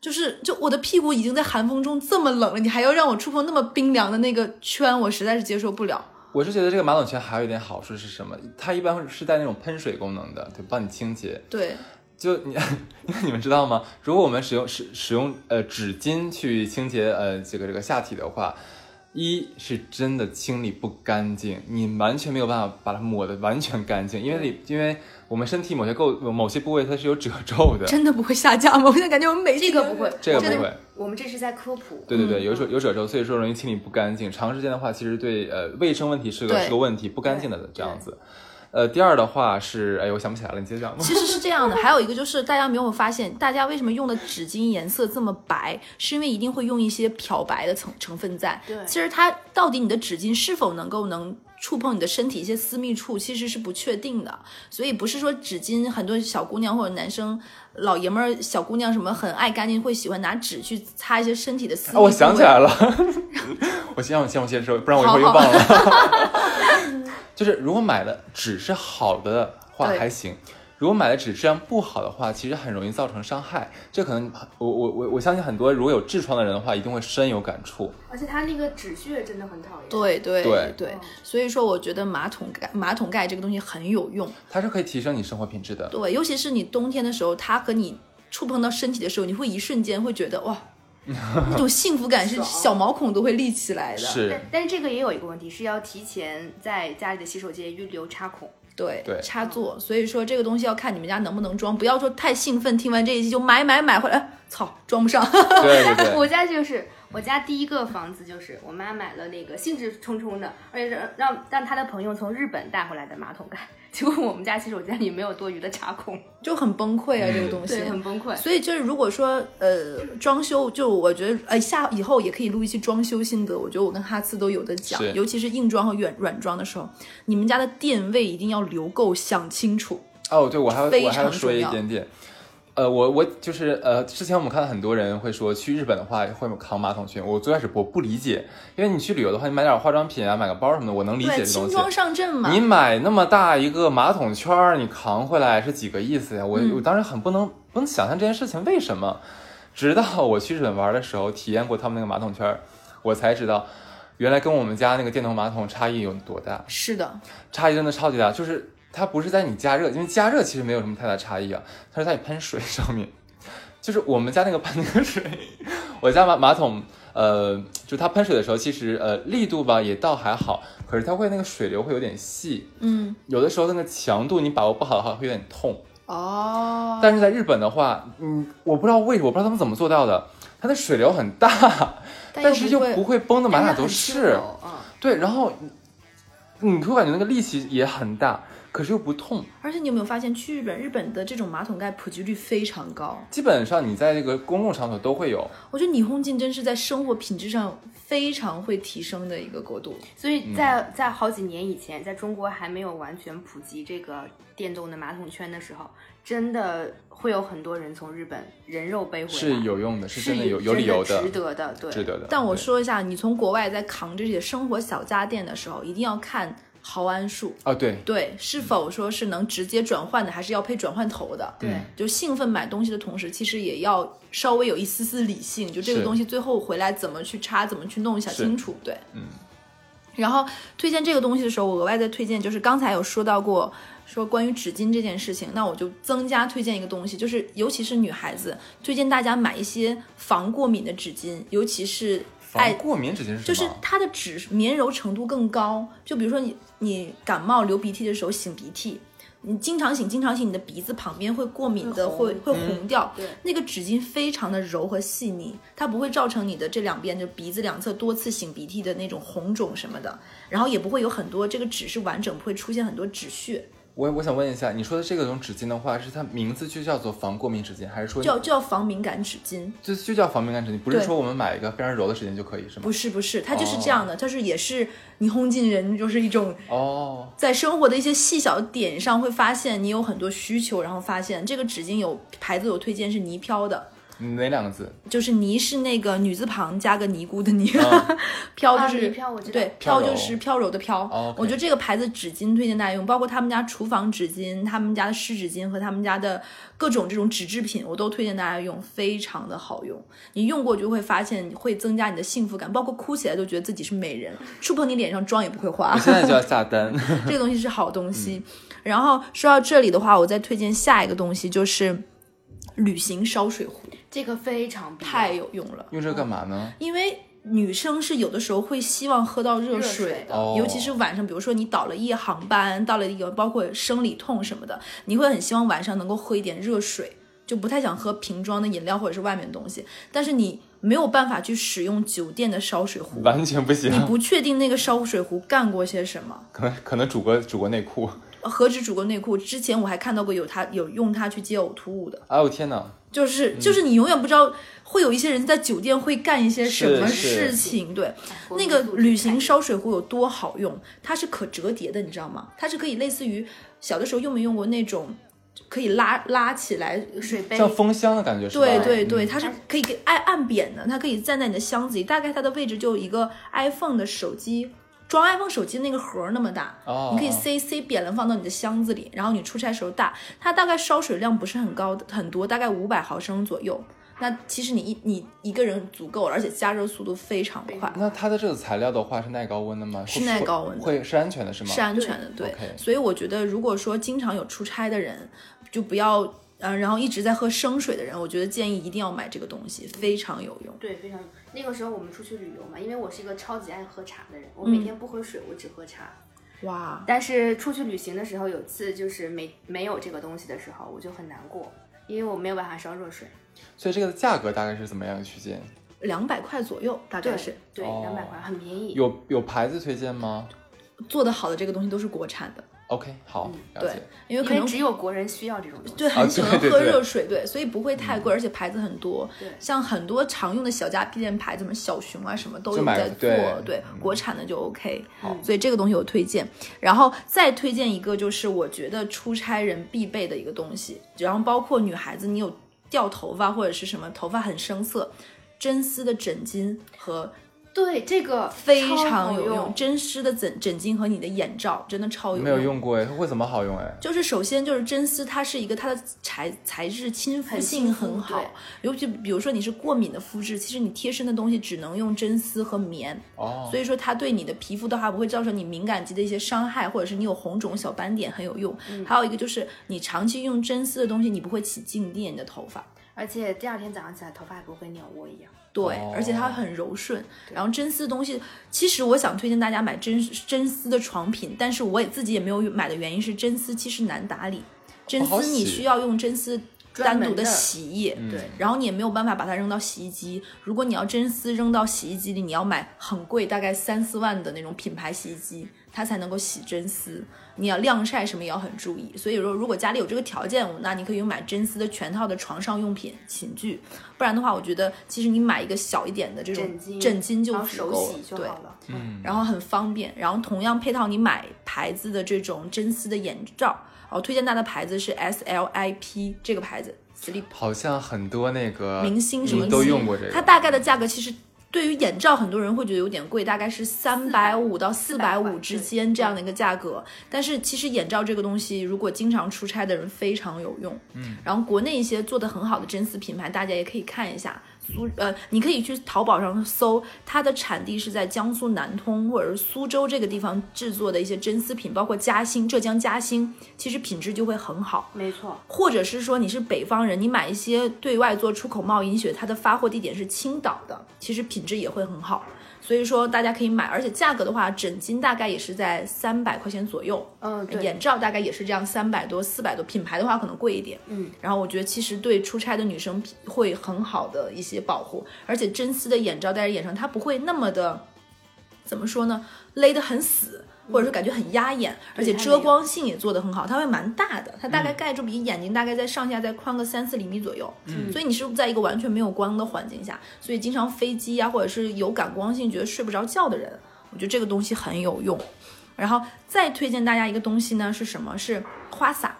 S1: 就是就我的屁股已经在寒风中这么冷了，你还要让我触碰那么冰凉的那个圈，我实在是接受不了。
S2: 我是觉得这个马桶圈还有一点好处是什么？它一般是带那种喷水功能的，对，帮你清洁。
S1: 对，
S2: 就你， [laughs] 因为你们知道吗？如果我们使用使使用呃纸巾去清洁呃这个这个下体的话，一是真的清理不干净，你完全没有办法把它抹得完全干净，因为里因为我们身体某些构某些部位它是有褶皱的，
S1: 真的不会下降吗？我现在感觉我们每
S3: 这
S1: 期
S3: 个
S1: 都
S3: 不会，
S2: 这个
S3: 我觉
S2: 不
S3: 得
S2: 会
S3: 我们这是在科普。
S2: 对对
S1: 嗯
S2: 对，有褶有褶皱，所以说容易清理不干净。长时间的话，其实对呃卫生问题是个
S1: 对
S2: 是个问题，不干净的这样子。呃，第二的话是，哎，我想不起来了，你接着讲吧。
S1: 其实是这样的，还有一个就是大家没有发现，大家为什么用的纸巾颜色这么白，是因为一定会用一些漂白的成成分在。
S3: 对
S1: 其实它到底你的纸巾是否能够能。触碰你的身体一些私密处，其实是不确定的，所以不是说纸巾很多小姑娘或者男生、老爷们儿、小姑娘什么很爱干净，会喜欢拿纸去擦一些身体的私密、
S2: 啊，我想起来，了， [laughs] 我先让我先我先说，不然我一会儿又忘了。 [laughs] 就是如果买的纸是好的话
S1: 对
S2: 还行，如果买的纸质量不好的话，其实很容易造成伤害。这可能我我我我相信很多如果有痔疮的人的话，一定会深有感触。
S3: 而且它那个纸屑真的很讨厌。，
S1: 对对
S2: 对
S1: 对，所以说我觉得马桶盖马桶盖这个东西很有用。
S2: 它是可以提升你生活品质的。
S1: 对，尤其是你冬天的时候，它和你触碰到身体的时候，你会一瞬间会觉得
S2: [laughs]
S1: 哇，那种幸福感是
S3: 爽
S1: 小毛孔都会立起来的。，
S2: 是
S3: 但，但是这个也有一个问题，是要提前在家里的洗手间预留插孔。
S1: 对
S2: 对
S1: 插座。所以说这个东西要看你们家能不能装，不要说太兴奋，听完这一期就买买买回来，哎操，装不上。 [laughs]
S3: [laughs]
S2: 对对对，
S3: 我家就是我家第一个房子，就是我妈买了那个兴致冲冲的，而且让让让她的朋友从日本带回来的马桶盖， [laughs] 结果我们家洗手间里没有多余的插
S2: [laughs]
S3: 孔，
S1: 就很崩溃啊，这个东西。
S3: 嗯对，很崩溃。
S1: 所以就是，如果说呃装修，就我觉得呃下以后也可以录一期装修心得。我觉得我跟哈次都有的讲
S2: 是，
S1: 尤其是硬装和软软装的时候，你们家的电位一定要留够，想清楚。
S2: 哦，对我还
S1: 非
S2: 我还要
S1: 常
S2: 说
S1: 重
S2: 一
S1: 要
S2: 点点。呃，我我就是呃，之前我们看到很多人会说去日本的话会扛马桶圈，我最开始我不理解，因为你去旅游的话，你买点化妆品啊，买个包什么的，我能理解
S1: 对，
S2: 这东
S1: 轻
S2: 西。
S1: 装上阵嘛。
S2: 你买那么大一个马桶圈儿，你扛回来是几个意思呀？
S1: 嗯
S2: 我、我当时很不能不能想象这件事情为什么，直到我去日本玩的时候体验过他们那个马桶圈儿，我才知道，原来跟我们家那个电动马桶差异有多大。
S1: 是的，
S2: 差异真的超级大，就是它不是在你加热，因为加热其实没有什么太大差异啊，它是在你喷水上面。 [laughs] 就是我们家那个喷那个水，我家马马桶，呃，就它喷水的时候，其实呃力度吧也倒还好，可是它会那个水流会有点细，
S1: 嗯，
S2: 有的时候那个强度你把握不好的话会有点痛。
S1: 哦，
S2: 但是在日本的话，嗯，我不知道为什么，我不知道他们怎么做到的，它的水流很大，但是又不
S1: 会
S2: 会崩的满哪都
S3: 但
S2: 是
S3: 哎很。轻柔嗯，
S2: 对，然后你你会感觉那个力气也很大，可是又不痛。
S1: 而且你有没有发现，去日本，日本的这种马桶盖普及率非常高。
S2: 基本上你在这个公共场所都会有，
S1: 我觉得霓虹镜真是在生活品质上非常会提升的一个国
S2: 啊
S1: 度。
S3: 所以在在好几年以前，在中国还没有完全普及这个电动的马桶圈的时候，真的会有很多人从日本人肉背回来，
S2: 是有用的，是
S3: 是
S2: 真的有有理由
S3: 真
S2: 的，
S3: 值得的，对，
S2: 值得的。
S1: 但我
S2: 对
S1: 说一下，你从国外在扛这些生活小家电的时候，一定要看毫安数，
S2: 啊，对，
S1: 对，是否说是能直接转换的，还是要配转换头的？
S3: 对。
S2: 嗯
S1: 就兴奋买东西的同时，其实也要稍微有一丝丝理性，就这个
S2: 是
S1: 东西最后回来怎么去插，怎么去弄，想
S2: 是
S1: 清楚，对。
S2: 嗯，
S1: 然后推荐这个东西的时候，我额外再推荐就是刚才有说到过，说关于纸巾这件事情，那我就增加推荐一个东西，就是尤其是女孩子，推荐大家买一些防过敏的纸巾，尤其是爱
S2: 防过敏纸巾是什么？
S1: 哎就是它的纸绵柔程度更高。就比如说你你感冒流鼻涕的时候擤鼻涕，你经常擤经常擤，你的鼻子旁边会过敏的，
S3: 会
S1: 会
S3: 红嗯
S1: 会红掉。
S3: 对
S1: 那个纸巾非常的柔和细腻，它不会造成你的这两边就鼻子两侧多次擤鼻涕的那种红肿什么的，然后也不会有很多这个纸是完整，不会出现很多纸屑，
S2: 我我想问一下，你说的这个种纸巾的话，是它名字就叫做防过敏纸巾，还是说
S1: 叫叫防敏感纸巾。
S2: 就就叫防敏感纸巾？不是
S1: 对
S2: 说我们买一个非常柔的纸巾就可以是吗
S1: 不？是不是，它就是这样的，它是也是你烘进人就是一种
S2: 哦，
S1: 在生活的一些细小点上会发现你有很多需求，然后发现这个纸巾有牌子有推荐是泥飘的，
S2: 哪两个字？
S1: 就是泥是那个女字旁加个尼姑的泥，
S2: 啊
S1: [laughs] 飘就
S3: 啊泥
S1: 是、
S3: 飘我知道
S1: 对
S2: 飘
S1: 飘
S2: 柔
S1: 就是飘柔的飘。
S2: 哦，OK
S1: 我觉得这个牌子纸巾推荐大家用，包括他们家厨房纸巾、他们家的湿纸巾和他们家的各种这种纸制品，我都推荐大家用，非常的好用。你用过就会发现会增加你的幸福感，包括哭起来都觉得自己是美人，触碰你脸上妆也不会花
S2: 我。现在就要下单。 [laughs]
S1: 这个东西是好东西。然后说到这里的话，我再推荐下一个东西就是旅行烧水壶，
S3: 这个非常必要
S1: 太有用了，
S2: 用这个干嘛呢？
S1: [laughs] 因为。女生是有的时候会希望喝到热
S3: 热
S1: 水
S3: 水
S1: 的，
S2: 哦
S1: 尤其是晚上，比如说你倒了一夜航班，到了一个包括生理痛什么的，你会很希望晚上能够喝一点热水，就不太想喝瓶装的饮料或者是外面的东西。但是你没有办法去使用酒店的烧水壶，
S2: 完全不行
S1: 你，不确定那个烧水壶干过些什么。
S2: 可能可能煮过煮过内裤。
S1: 何止主过内裤，之前我还看到过有他有用它去接呕吐物的，
S2: 哎呦天哪！嗯
S1: 就是就是你永远不知道会有一些人在酒店会干一些什么
S2: 是是
S1: 事情，对。
S3: 国
S1: 那
S3: 民
S1: 个
S3: 素质
S1: 旅
S3: 太
S1: 行
S3: 低
S1: 烧水壶有多好用？它是可折叠的，你知道吗？它是可以类似于小的时候用没用过那种可以拉拉起来呃
S3: 水杯
S2: 像风箱的感觉是吧？
S1: 对对
S2: 嗯
S1: 对，它是可以给按按扁的，它可以站在你的箱子里，大概它的位置就一个 iPhone 的手机装 iPhone 手机那个盒儿那么大，
S2: 哦
S1: 你可以
S2: 哦
S1: 塞塞扁了放到你的箱子里，然后你出差时候带。它大概烧水量不是很高的，很多，大概五百毫升左右。那其实你一你一个人足够了，而且加热速度非常快，
S2: 那它的这个材料的话是耐高温的吗？
S1: 是
S2: 会
S1: 耐高温的
S2: 会是安全的是吗？
S1: 是安全的，对。
S2: OK
S1: 所以我觉得，如果说经常有出差的人，就不要嗯、然后一直在喝生水的人，我觉得建议一定要买这个东西，非常有用。
S3: 对，非常。那个时候我们出去旅游嘛，因为我是一个超级爱喝茶的人，
S1: 嗯
S3: 我每天不喝水，我只喝茶。
S1: 哇，
S3: 但是出去旅行的时候，有次就是没没有这个东西的时候，我就很难过，因为我没有办法烧热水。
S2: 所以这个价格大概是怎么样一个区间？
S1: 两百块左右，大概是
S3: 呃对，
S2: 哦
S3: 两百块很便宜。
S2: 有有牌子推荐吗
S1: 做的好的这个东西都是国产的，
S2: ？OK，好，了
S1: 对
S2: 解。，
S1: 因为
S3: 因
S1: 可
S3: 为
S1: 能
S3: 只有国人需要这种东西。
S1: 对
S2: 啊
S1: 很
S2: 对
S1: 喜欢
S2: 对
S1: 喝
S2: 对嗯
S1: 热水，对，所以不会太贵，而且牌子很多，
S3: 对
S1: 像很多常用的小家电牌，什么小熊啊什么都
S2: 就
S1: 有
S2: 买
S1: 在
S2: 了
S1: 做
S2: 对，
S1: 对，
S2: 嗯
S1: 国产的就 OK，
S2: 好
S1: 所以这个东西我推荐，然后再推荐一个就是我觉得出差人必备的一个东西，然后包括女孩子你有掉头发或者是什么头发很生涩，真丝的枕巾和
S3: 对，这个
S1: [laughs] 非
S3: 超
S1: 常
S3: 好
S1: 有
S3: 用。
S1: 真丝的枕枕巾和你的眼罩真的超有
S2: 没有用过哎，它会怎么好用哎？
S1: 就是首先就是真丝，它是一个它的材材质亲肤
S3: 很
S1: 性
S3: 亲肤
S1: 很好
S3: 对，
S1: 尤其比如说你是过敏的肤质，其实你贴身的东西只能用真丝和棉，
S2: 哦，
S1: 所以说它对你的皮肤的话不会造成你敏感肌的一些伤害，或者是你有红肿小斑点很有用。
S3: 嗯
S1: 还有一个就是你长期用真丝的东西，你不会起静电你的头发。
S3: 而且第二天早上起来，头发还不会跟鸟窝一样。
S1: 对，
S2: 哦
S1: 而且它很柔顺。然后真丝的东西，其实我想推荐大家买真真丝的床品，但是我也自己也没有买的原因是真丝其实难打理，真
S2: 好
S1: 丝你
S2: 洗
S1: 需要用真丝单
S3: 专
S1: 独
S3: 门
S1: 的
S3: 的
S1: 洗液，
S3: 对
S1: 然后你也没有办法把它扔到洗衣机。如果你要真丝扔到洗衣机里，你要买很贵，大概三四万的那种品牌洗衣机，它才能够洗真丝。你要晾晒什么也要很注意。所以说，如果家里有这个条件，那你可以买真丝的全套的床上用品、寝具。不然的话，我觉得其实你买一个小一点的这种
S3: 枕巾，
S1: 枕巾就
S3: 然后
S1: 足
S3: 手
S1: 够
S3: 洗就
S1: 对。
S3: 好了。
S2: 嗯，
S1: 然后很方便，然后同样配套你买牌子的这种真丝的眼罩，哦，推荐它的牌子是 S L I P 这个牌子，Sleep
S2: 好像很多那个
S1: 明星什么
S2: 嗯都
S1: 的
S2: 用过这个，
S1: 它大概的价格其实对于眼罩，很多人会觉得有点贵，大概是三百五到四百五
S3: 450
S1: 之间这样的一个价格。但是其实眼罩这个东西，如果经常出差的人非常有用。嗯，然后国内一些做的很好的真丝品牌，大家也可以看一下。苏呃，你可以去淘宝上搜，它的产地是在江苏南通或者是苏州这个地方制作的一些真丝品，包括嘉兴、浙江嘉兴，其实品质就会很好。
S3: 没错，
S1: 或者是说你是北方人，你买一些对外做出口贸易，你选它的发货地点是青岛的，其实品质也会很好。所以说大家可以买，而且价格的话，整斤大概也是在三百块钱左右，
S3: 嗯，对，
S1: 眼罩大概也是这样三百多、四百多，品牌的话可能贵一点。
S3: 嗯，
S1: 然后我觉得其实对出差的女生会很好的一些保护，而且真丝的眼罩戴在眼上，它不会那么的，怎么说呢，勒得很死。或者是感觉很压眼，而且遮光性也做得很好，它会蛮大的，它大概盖住比眼睛大概在上下再宽个三四厘米左右，
S2: 嗯
S1: 所以你是在一个完全没有光的环境下，所以经常飞机啊呀、或者是有感光性觉得睡不着觉的人，我觉得这个东西很有用。然后再推荐大家一个东西呢是什么？是花洒，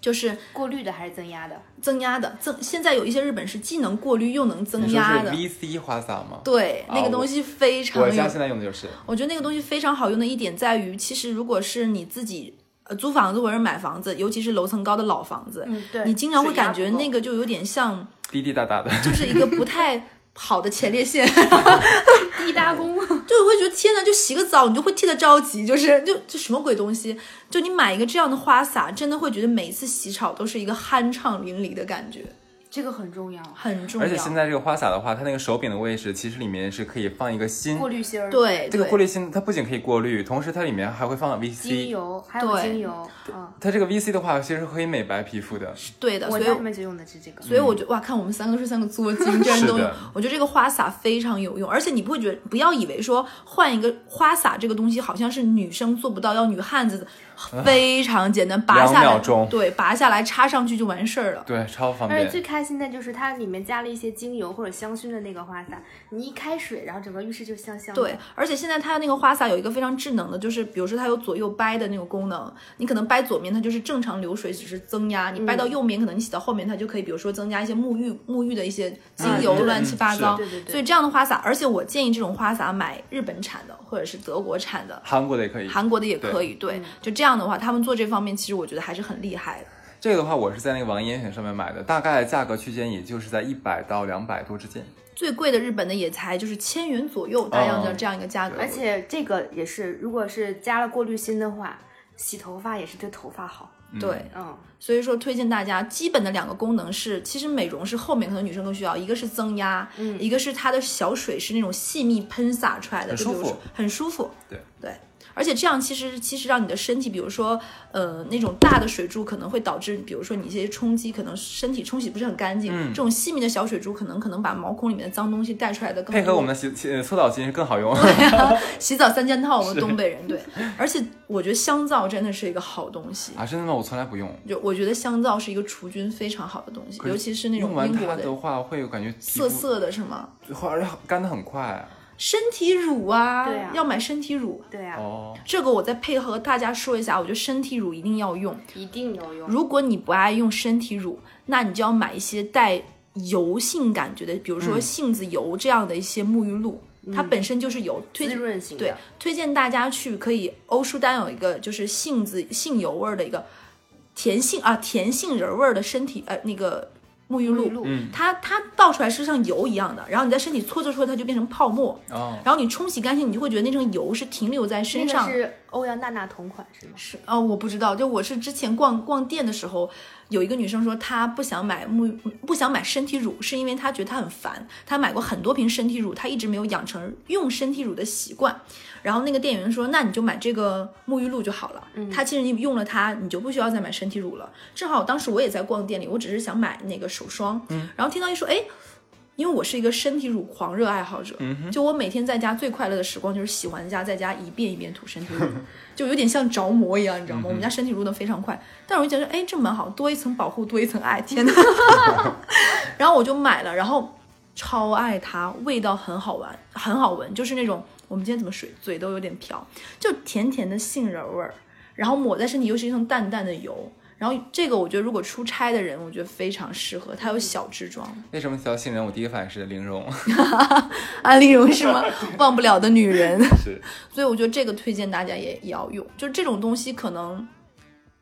S1: 就是
S3: 过滤的还是增压的？
S1: 增压的增。现在有一些日本是既能过滤又能增
S2: 你说
S1: 压
S2: 是
S1: 的，
S2: VC 花洒吗？
S1: 对，那
S2: 啊
S1: 个
S2: 我
S1: 东西非常
S2: 我
S1: 有
S2: 家现在用的就是，
S1: 我觉得那个东西非常好用的一点在于，其实如果是你自己呃租房子或者买房子，尤其是楼层高的老房子，
S3: 嗯，对
S1: 你经常会感觉那个就有点像，
S2: 滴滴答答的。
S1: 就是一个不太好的前列
S3: [laughs]
S1: 腺，
S3: 滴答功，
S1: 就会觉得天呐，就洗个澡你就会替他着急，就是就就什么鬼东西，就你买一个这样的花洒，真的会觉得每一次洗澡都是一个酣畅淋漓的感觉，
S3: [laughs] 这个很重要，
S1: 很重要。
S2: 而且现在这个花洒的话，它那个手柄的位置其实里面是可以放一个芯
S3: 过，滤芯儿，，
S1: 对
S2: 这个
S1: 对
S2: 过滤芯它不仅可以过滤，同时它里面还会放
S3: 精
S2: VC。
S3: 油还有
S1: 对
S3: 精油，嗯，
S2: 它这个 VC 的话，其实可以美白皮肤的。
S1: 对的，
S3: 我
S1: 所以
S3: 家里面就用的是这个，
S1: 所以我觉得哇，看我们三个是三个作
S2: [laughs]
S1: 精，这人都
S2: 嗯
S1: 有
S2: 是的。
S1: 我觉得这个花洒非常有用，而且你不会觉得，不要以为说换一个花洒这个东西好像是女生做不到，要女汉子，非常简单，拔下来，
S2: 两秒钟
S1: 对，拔下来插上去就完事儿了。
S2: 对，超方
S3: 而且
S2: 便。
S3: 最开心的就是它里面加了一些精油或者香薰的那个花洒，你一开水，然后整个浴室就香香的。
S1: 对，，而且现在它那个花洒有一个非常智能的，就是比如说它有左右掰的那个功能，你可能掰左面它就是正常流水，只是增压；你
S3: 嗯
S1: 掰到右面，可能你洗到后面它就可以，比如说增加一些沐浴沐浴的一些精
S2: 嗯
S1: 油，
S2: 对
S1: 乱七
S2: 嗯
S1: 八
S2: 是
S1: 糟。
S3: 对对对
S1: 所以这样的花洒，而且我建议这种花洒买日本产的或者是德国产的。
S2: 韩国的也可以。
S1: 韩国的也可以，
S3: 嗯
S1: 对，就这样的话，他们做这方面其实我觉得还是很厉害的。
S2: 这个的话，我是在那个网易严选上面买的，大概价格区间也就是在一百到两百多之间。
S1: 最贵的日本的也才就是千元左右，大量的
S2: 嗯
S1: 这样一个价格，
S3: 哦而且这个也是，如果是加了过滤芯的话，洗头发也是对头发好。
S1: 对，
S3: 嗯，
S1: 所以说推荐大家基本的两个功能是，其实美容是后面可能女生更需要，一个是增压，
S3: 嗯
S1: 一个是它的小水是那种细密喷洒出来的，
S2: 很
S1: 就比如
S2: 舒服
S1: 说很舒服，
S2: 对
S1: 对。而且这样其实其实让你的身体，比如说呃那种大的水珠可能会导致，比如说你一些冲击，可能身体冲洗不是很干净。
S2: 嗯
S1: 这种细密的小水珠可能可能把毛孔里面的脏东西带出来的更
S2: 配合
S1: 多
S2: 我们的洗洗搓澡巾更好用。
S1: [laughs] 洗澡三件套，我们东北人对。而且我觉得香皂真的是一个好东西。
S2: [laughs] 啊，真的吗？我从来不用。
S1: 就我觉得香皂是一个除菌非常好的东西，
S2: 可
S1: 尤其是那种
S2: 用完
S1: 英国
S2: 它
S1: 的
S2: 的话，会有感觉皮
S1: 涩
S2: 肤
S1: 涩的，是吗？
S2: 会而且干的很快。啊
S1: 身体乳啊，
S3: 对啊
S1: 要买身体乳。
S3: 对啊，
S2: 哦，
S1: 这个我再配合大家说一下，我觉得身体乳一定要用。
S3: 一定有用。
S1: 如果你不爱用身体乳，那你就要买一些带油性感觉的，比如
S2: 嗯
S1: 说杏子油这样的一些沐浴露，它本身就是油，推
S3: 嗯滋
S1: 荐
S3: 润型的，
S1: 对，推荐大家去可以欧舒丹有一个就是杏子杏油味儿的一个甜杏啊甜杏仁味儿的身体呃那个沐浴
S3: 沐
S1: 露
S3: 浴，露，
S2: 嗯，
S1: 它它倒出来是像油一样的，然后你在身体搓搓搓，它就变成泡沫，
S2: 哦，
S1: 然后你冲洗干净，你就会觉得那层油是停留在身
S3: 那
S1: 上
S3: 个。是欧阳娜娜同款是吗？
S1: 是哦，我不知道，就我是之前逛逛店的时候，有一个女生说她不想买沐浴不想买身体乳，是因为她觉得她很烦，她买过很多瓶身体乳，她一直没有养成用身体乳的习惯。然后那个店员说，那你就买这个沐浴露就好了。嗯，她其实你用了它，你就不需要再买身体乳了。正好当时我也在逛店里，我只是想买那个手霜，嗯，然后听到一说，哎。因为我是一个身体乳狂热爱好者，就我每天在家最快乐的时光就是洗完家，在家一遍一遍涂身体乳，就有点像着魔一样，你知道吗？我们家身体蠕动非常快，但是我就觉得，哎，这蛮好，多一层保护，多一层爱，天哪！然后我就买了，然后超爱它，味道很好玩，很好闻，就是那种我们今天怎么水嘴都有点瓢，就甜甜的杏仁味儿，然后抹在身体又是一层淡淡的油。然后这个我觉得，如果出差的人，我觉得非常适合，它有小支装，
S2: 为什么提到杏仁，我第一个反应是零容？ [laughs]
S1: 安利荣是吗？忘不了的女人。
S2: 是，
S1: 所以我觉得这个推荐大家也也要用，就是这种东西可能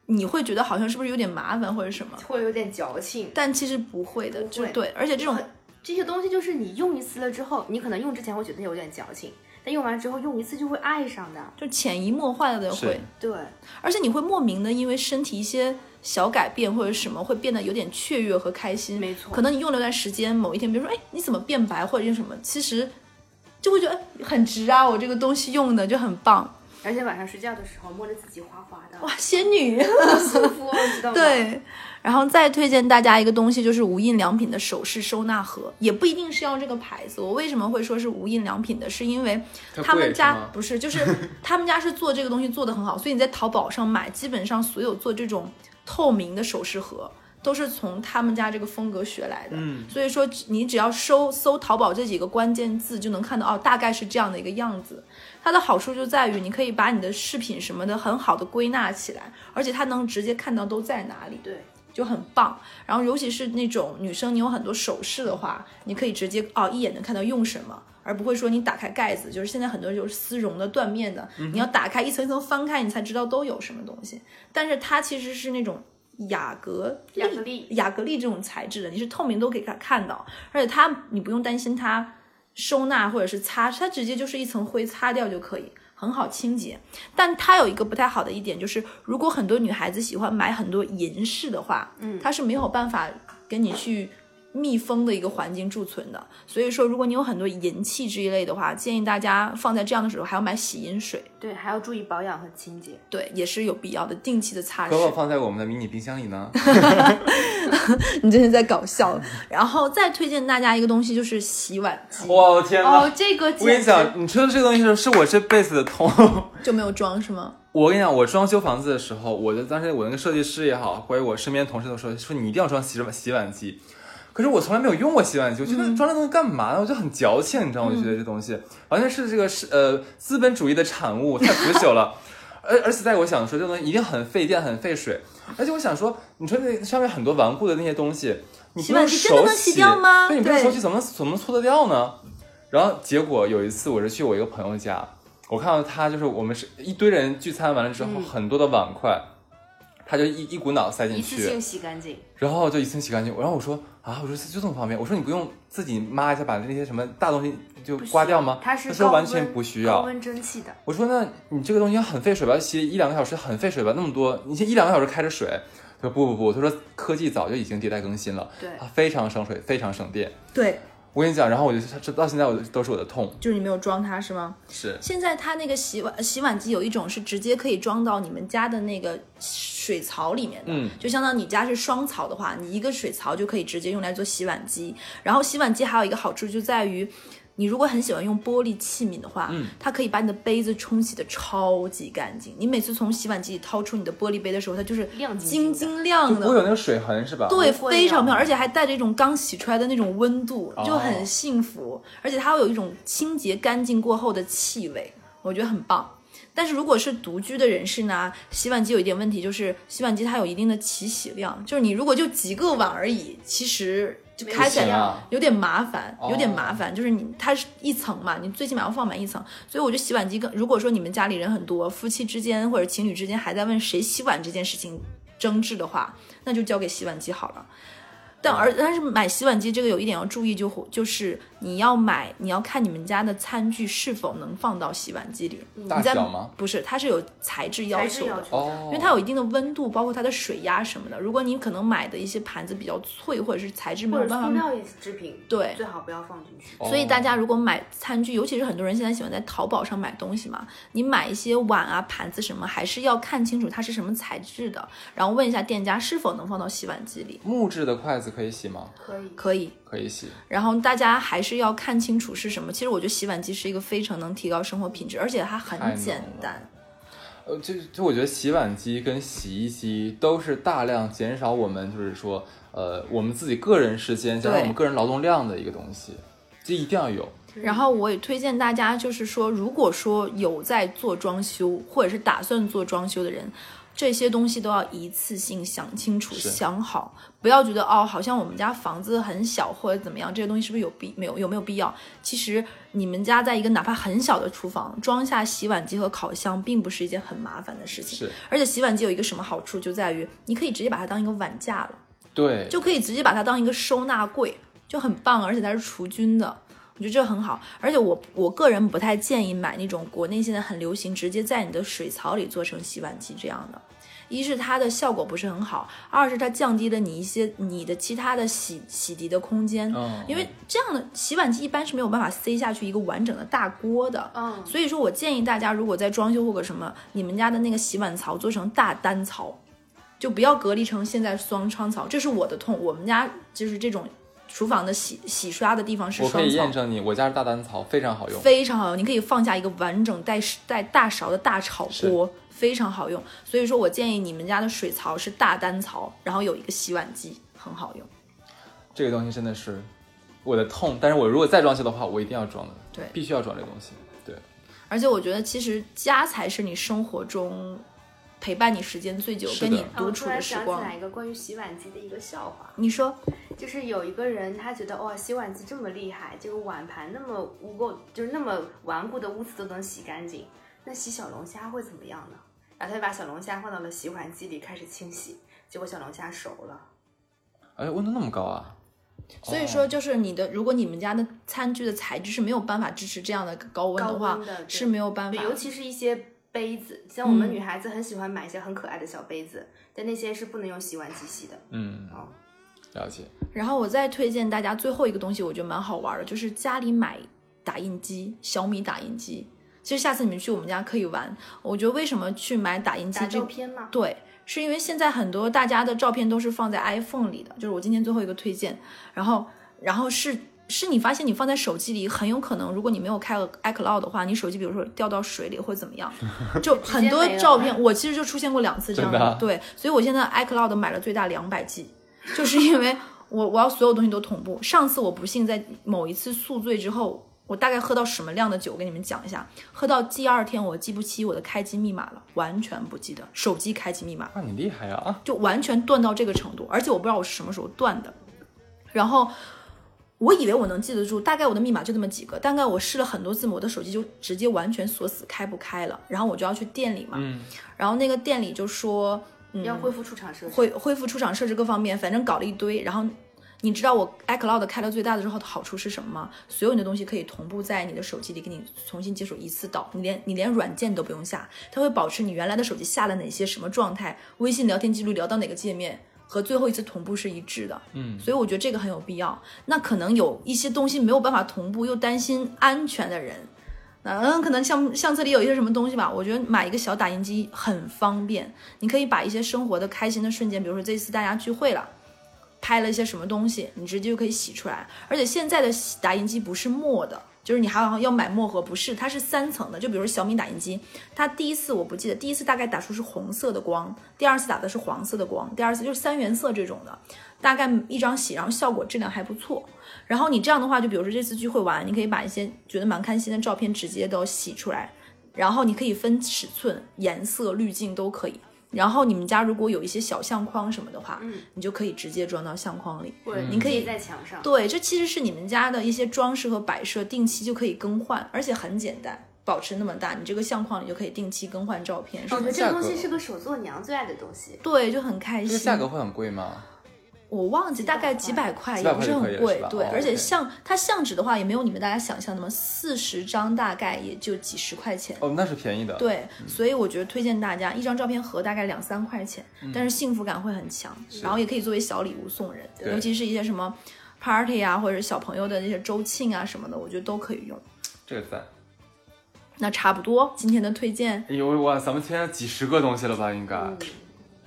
S1: 你会觉得好像是不是有点麻烦或者什么，
S3: 会有点矫情，
S1: 但其实不会的，
S3: 不会
S1: 就对，而且这种
S3: 这些东西就是你用一次了之后，你可能用之前会觉得有点矫情，但用完之后用一次就会爱上的。
S1: 就潜移默化的会
S2: 是，
S3: 对，
S1: 而且你会莫名的因为身体一些小改变或者什么，会变得有点雀跃和开心。
S3: 没错
S1: 可能你用了段时间，某一天，比如说，哎，你怎么变白或者是什么，其实就会觉得哎很值啊，我这个东西用的就很棒，
S3: 而且晚上睡觉的时候摸着自己滑滑的，
S1: 哇，仙女。
S3: 好幸福哦，你知 [laughs] 道吗？，
S1: 对，然后再推荐大家一个东西，就是无印良品的首饰收纳盒，也不一定是要这个牌子。我为什么会说是无印良品的？是因为
S2: 它
S1: 他
S2: 贵
S1: 们
S2: 是
S1: 家
S2: 吗
S1: 不是，就是 [laughs] 他们家是做这个东西做得很好，所以你在淘宝上买，基本上所有做这种透明的首饰盒都是从他们家这个风格学来的。
S2: 嗯，
S1: 所以说你只要搜搜淘宝这几个关键字，就能看到哦，大概是这样的一个样子。它的好处就在于你可以把你的饰品什么的很好的归纳起来，而且它能直接看到都在哪里。
S3: 对，
S1: 就很棒。然后尤其是那种女生，你有很多首饰的话，你可以直接哦一眼能看到用什么，而不会说你打开盖子，就是现在很多就是丝绒的、缎面的，你要打开一层一层翻开，你才知道都有什么东西。但是它其实是那种。雅格
S3: 亚克力
S1: 雅格力这种材质的，你是透明都可以看看到，而且它你不用担心它收纳或者是擦，它直接就是一层灰擦掉就可以，很好清洁。但它有一个不太好的一点，就是如果很多女孩子喜欢买很多银饰的话，嗯，它是没有办法跟你去密封的一个环境贮存的。所以说，如果你有很多银器这一类的话，建议大家放在这样的时候还要买洗银水，
S3: 对，还要注意保养和清洁。
S1: 对，也是有必要的，定期的擦
S2: 可否
S1: 拭。
S2: 放在我们的迷你冰箱里呢？
S1: 你真是在搞笑。 [laughs] 然后再推荐大家一个东西，就是洗碗机，
S2: 我天哪！
S3: 哦，这个
S2: 我跟你
S3: 讲，
S2: 讲，你说的这个东西是是我这辈子的痛。
S1: 就没有装是吗？
S2: 我跟你讲，我装修房子的时候，我的当时我那个设计师也好，或者我身边同事都说，说你一定要装洗碗洗碗机。可是我从来没有用过洗碗机，我觉得
S1: 嗯
S2: 装这东西干嘛呢？我就很矫情，你知道吗？我就觉得这东西完全是这个是呃资本主义的产物，太腐
S1: [laughs]
S2: 朽了。而而且在我想说，这东西一定很费电，很费水。而且我想说，你说那上面很多顽固的那些东西，你不
S1: 洗碗
S2: 用
S1: 机真的
S2: 手
S1: 能洗掉吗
S2: 对，你不用
S1: 对
S2: 手洗怎么怎么搓得掉呢？然后结果有一次，我是去我一个朋友家，我看到他就是我们是一堆人聚餐完了之后，
S3: 嗯
S2: 很多的碗筷，他就一一股脑塞进
S3: 一次
S2: 去
S3: 性，洗干净，
S2: 然后就一次性洗干净。然后我说啊，我说就这么方便，我说你不用自己抹一下把那些什么大东西就
S3: 不需
S2: 刮掉
S3: 要
S2: 吗？
S3: 它是
S2: 他说
S3: 高
S2: 完全
S3: 温
S2: 不需
S3: 高
S2: 要。
S3: 温蒸汽的，
S2: 我说那你这个东西很费水吧？洗一两个小时很费水吧？那么多，你先一两个小时开着水。他说不不不，他说科技早就已经迭代更新了，
S3: 对
S2: 它非常省水，非常省电。
S1: 对，
S2: 我跟你讲，然后我就这到现在我就都是我的痛，
S1: 就是你没有装它是吗？
S2: 是
S1: 现在它那个洗碗洗碗机有一种是直接可以装到你们家的那个水槽里面的，
S2: 嗯
S1: 就相当于你家是双槽的话，你一个水槽就可以直接用来做洗碗机。然后洗碗机还有一个好处就在于，你如果很喜欢用玻璃器皿的话，
S2: 嗯
S1: 它可以把你的杯子冲洗的超级干净。你每次从洗碗机里掏出你的玻璃杯的时候，它就是
S3: 亮晶晶
S1: 晶
S3: 的
S1: 晶亮
S2: 不会
S1: 的。
S2: 有那个水痕是吧？
S1: 对，
S3: 不会
S1: 非常
S3: 亮
S1: 漂亮，而且还带着一种刚洗出来的那种温度，就很
S2: 哦
S1: 幸福，而且它会有一种清洁干净过后的气味，我觉得很棒。但是如果是独居的人士呢，洗碗机有一点问题，就是洗碗机它有一定的起洗量，就是你如果就几个碗而已，其实就开起
S2: 没有洗
S1: 来
S2: 啊
S1: 有点麻烦，
S2: 哦
S1: 有点麻烦。就是你它是一层嘛，你最起码要放满一层。所以我觉得洗碗机更，如果说你们家里人很多，夫妻之间或者情侣之间还在问谁洗碗这件事情争执的话，那就交给洗碗机好了。但而但是买洗碗机这个有一点要注意就，就是你要买，你要看你们家的餐具是否能放到洗碗机里。
S2: 大
S1: 你在
S2: 小吗？
S1: 不是，它是有材质要
S3: 材
S1: 求
S3: 质
S1: 的，
S3: 要求的。
S2: 哦，
S1: 因为它有一定的温度，包括它的水压什么的。如果你可能买的一些盘子比较脆，或者是材质没
S3: 或
S1: 有
S3: 者
S1: 办
S3: 塑
S1: 法，
S3: 料制品，
S1: 对
S3: 最好不要放进去。
S2: 哦
S1: 所以大家如果买餐具，尤其是很多人现在喜欢在淘宝上买东西嘛，你买一些碗啊、盘子什么，还是要看清楚它是什么材质的，然后问一下店家是否能放到洗碗机里。
S2: 木质的筷子可以洗吗？
S3: 可以，
S1: 可以，
S2: 可以洗。
S1: 然后大家还是要看清楚是什么。其实我觉得洗碗机是一个非常能提高生活品质，而且它
S2: 太
S1: 很
S2: 能
S1: 简
S2: 了
S1: 单。
S2: 呃，就就我觉得洗碗机跟洗衣机都是大量减少我们就是说呃我们自己个人时间加
S1: 对
S2: 上我们个人劳动量的一个东西，这一定要有。
S1: 然后我也推荐大家，就是说，如果说有在做装修或者是打算做装修的人，这些东西都要一次性想清楚、
S2: 是
S1: 想好，不要觉得哦，好像我们家房子很小或者怎么样，这些东西是不是有必没有有没有必要？其实你们家在一个哪怕很小的厨房装下洗碗机和烤箱，并不是一件很麻烦的事情。
S2: 是
S1: 而且洗碗机有一个什么好处，就在于你可以直接把它当一个碗架了。
S2: 对，
S1: 就可以直接把它当一个收纳柜。就很棒，而且它是除菌的。我觉得这很好，而且我我个人不太建议买那种国内现在很流行，直接在你的水槽里做成洗碗机这样的。一是它的效果不是很好，二是它降低了你一些你的其他的洗洗涤的空间，
S2: 嗯
S1: 因为这样的洗碗机一般是没有办法塞下去一个完整的大锅的。
S3: 嗯
S1: 所以说我建议大家，如果在装修或者什么，你们家的那个洗碗槽做成大单槽，就不要隔离成现在双窗槽，这是我的痛。我们家就是这种厨房的洗洗刷的地方是
S2: 我可
S1: 双
S2: 以
S1: 槽
S2: 验，证你，我家是大单槽，非常好用。
S1: 非常好用，你可以放下一个完整带带大勺的大炒锅，非常好用。所以说我建议你们家的水槽是大单槽，然后有一个洗碗机，很好用。
S2: 这个东西真的是我的痛，但是我如果再装修的话，我一定要装的，
S1: 对
S2: 必须要装这个东西。对，
S1: 而且我觉得，其实家才是你生活中陪伴你时间最久、
S2: 是的
S1: 跟你
S3: 啊我
S1: 独
S3: 突
S1: 处
S3: 然
S1: 的时
S3: 想起
S1: 光。
S3: 来一个关于洗碗机的一个笑话，
S1: 你说，
S3: 就是有一个人他觉得哇，洗碗机这么厉害，这个碗盘那么污垢，就是那么顽固的污渍都能洗干净，那洗小龙虾会怎么样呢？然后他就把小龙虾放到了洗碗机里开始清洗，结果小龙虾熟了。
S2: 哎，温度那么高啊！
S1: 所以
S2: 哦
S1: 说就是你的，如果你们家的餐具的材质是没有办法支持这样的高温
S3: 高
S1: 的话，
S3: 温的对
S1: 是没有办
S3: 对
S1: 法。
S3: 尤其是一些杯子，像我们
S1: 啊嗯
S3: 女孩子很喜欢买一些很可爱的小杯子，但那些是不能用洗碗机洗的。
S2: 嗯，
S3: 哦，
S2: 了解。
S1: 然后我再推荐大家最后一个东西，我觉得蛮好玩的，就是家里买打印机，小米打印机。其实下次你们去我们家可以玩。我觉得为什么去买打印机
S3: 打
S1: 这
S3: 照片吗？
S1: 对，是因为现在很多大家的照片都是放在 iPhone 里的，就是我今天最后一个推荐。然后，然后是是你发现你放在手机里，很有可能如果你没有开 iCloud 的话，你手机比如说掉到水里或者怎么
S3: [laughs]
S1: 样，就很多
S3: 没了
S1: 照
S3: [laughs]
S1: 片，我其实就出现过两次这样
S2: 真的啊
S1: 对，所以我现在 iCloud 买了最大两百 G，就是 [laughs] 因为我我要所有东西都同步。上次我不幸在某一次宿醉之后。我大概喝到什么量的酒，给你们讲一下。喝到第二天，我记不清我的开机密码了，完全不记得手机开机密码，
S2: 啊，你厉害啊！
S1: 就完全断到这个程度。而且我不知道我是什么时候断的，然后我以为我能记得住，大概我的密码就这么几个，大概我试了很多次，我的手机就直接完全锁死，开不开了。然后我就要去店里嘛，
S2: 嗯，
S1: 然后那个店里就说，嗯，
S3: 要恢复出厂设置。
S1: 恢恢复出厂设置各方面，反正搞了一堆。然后你知道我 iCloud 开到最大的之后的好处是什么吗？所有你的东西可以同步在你的手机里给你重新解锁一次到，你连你连软件都不用下，它会保持你原来的手机下了哪些什么状态，微信聊天记录聊到哪个界面。和最后一次同步是一致的，
S2: 嗯
S1: 所以我觉得这个很有必要。那可能有一些东西没有办法同步，又担心安全的人，那嗯，可能相相册里有一些什么东西吧，我觉得买一个小打印机很方便，你可以把一些生活的开心的瞬间，比如说这次大家聚会了。拍了一些什么东西，你直接就可以洗出来。而且现在的洗打印机不是墨的，就是你还要要买墨盒，不是，它是三层的。就比如小米打印机，它第一次我不记得，第一次大概打出是红色的光，第二次打的是黄色的光，第二次就是三原色这种的，大概一张洗，然后效果质量还不错。然后你这样的话，就比如说这次聚会完，你可以把一些觉得蛮开心的照片直接都洗出来，然后你可以分尺寸、颜色、滤镜都可以。然后你们家如果有一些小相框什么的话，
S3: 嗯，
S1: 你就可以直接装到相框里。
S3: 或者
S2: 嗯
S1: 你可以
S3: 贴在墙上。
S1: 对，这其实是你们家的一些装饰和摆设，定期就可以更换，而且很简单，保持那么大，你这个相框里就可以定期更换照片什
S3: 我
S1: 么
S3: 觉
S1: 的。
S3: 哦得这个
S2: 价
S3: 东西
S2: 格
S3: 是个手作娘最爱的东西。
S1: 对，就很开
S2: 这
S1: 心。
S2: 个价格会很贵吗？
S1: 我忘记，大概几百块，
S2: 几
S1: 也
S2: 百
S1: 不
S2: 块
S1: 是
S2: 就
S1: 很
S2: 可以了
S1: 贵
S2: 是吧。
S1: 对，
S2: 哦
S1: 而且
S2: OK
S1: 像它相纸的话，也没有你们大家想象那么四十张，大概也就几十块钱。
S2: 哦，嗯那是便宜的。，
S1: 对，所以我觉得推荐大家一张照片盒大概两三块钱，
S2: 嗯
S1: 但是幸福感会很强，然后也可以作为小礼物送人，
S2: 对
S1: 尤其是一些什么 party 啊，或者小朋友的那些周庆啊什么的，我觉得都可以用。
S2: 这个赞。
S1: 那差不多今天的推荐，
S2: 哎呦哇，咱们添了几十个东西了吧？应该、
S3: 嗯，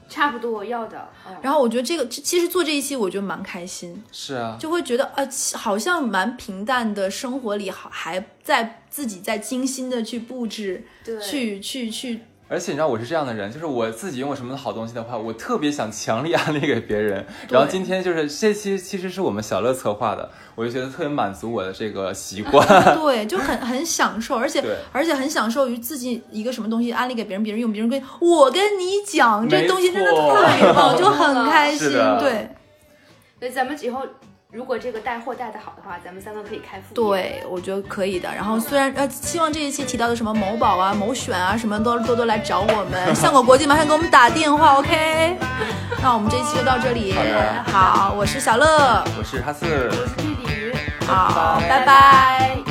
S3: 差不多要的。嗯
S1: 然后我觉得这个其实做这一期我觉得蛮开心，
S2: 是啊，
S1: 就会觉得呃，其好像蛮平淡的生活里，好还在自己在精心的去布置，
S3: 对
S1: 去去
S2: [laughs]
S1: 去，
S2: 而且你知道我是这样的人，就是我自己拥有什么好东西的话，我特别想强力 [laughs] 安利给别人。
S1: 对
S2: 然后今天就是这期其实是我们小乐策划的，我就觉得特别满足我的这个习惯。
S1: 对，就很很享受，而且
S2: 对
S1: 而且很享受于自己一个什么东西安利给别人，别人用，别人跟我跟你讲，这
S2: 没
S1: 东西真的
S2: 错 [laughs]
S1: 特别棒，就
S3: 是
S1: 很
S3: 的
S1: 开心，
S2: 是的
S1: 对
S3: 对，咱们以后如果这个带货带的好的话，咱们三个可以开副业。
S1: 对，我觉得可以的。然后虽然呃，希望这一期提到的什么某宝啊、某选啊，什么都多多来找我们。巷口国际马上给我们打电话，OK？那我
S2: [laughs]
S1: 们这一期就到这里
S2: 好的。
S1: [laughs] 好，我是小乐，
S2: 我是哈四，
S3: 我是绿鲤鱼，
S1: 好，
S2: 拜
S1: 拜拜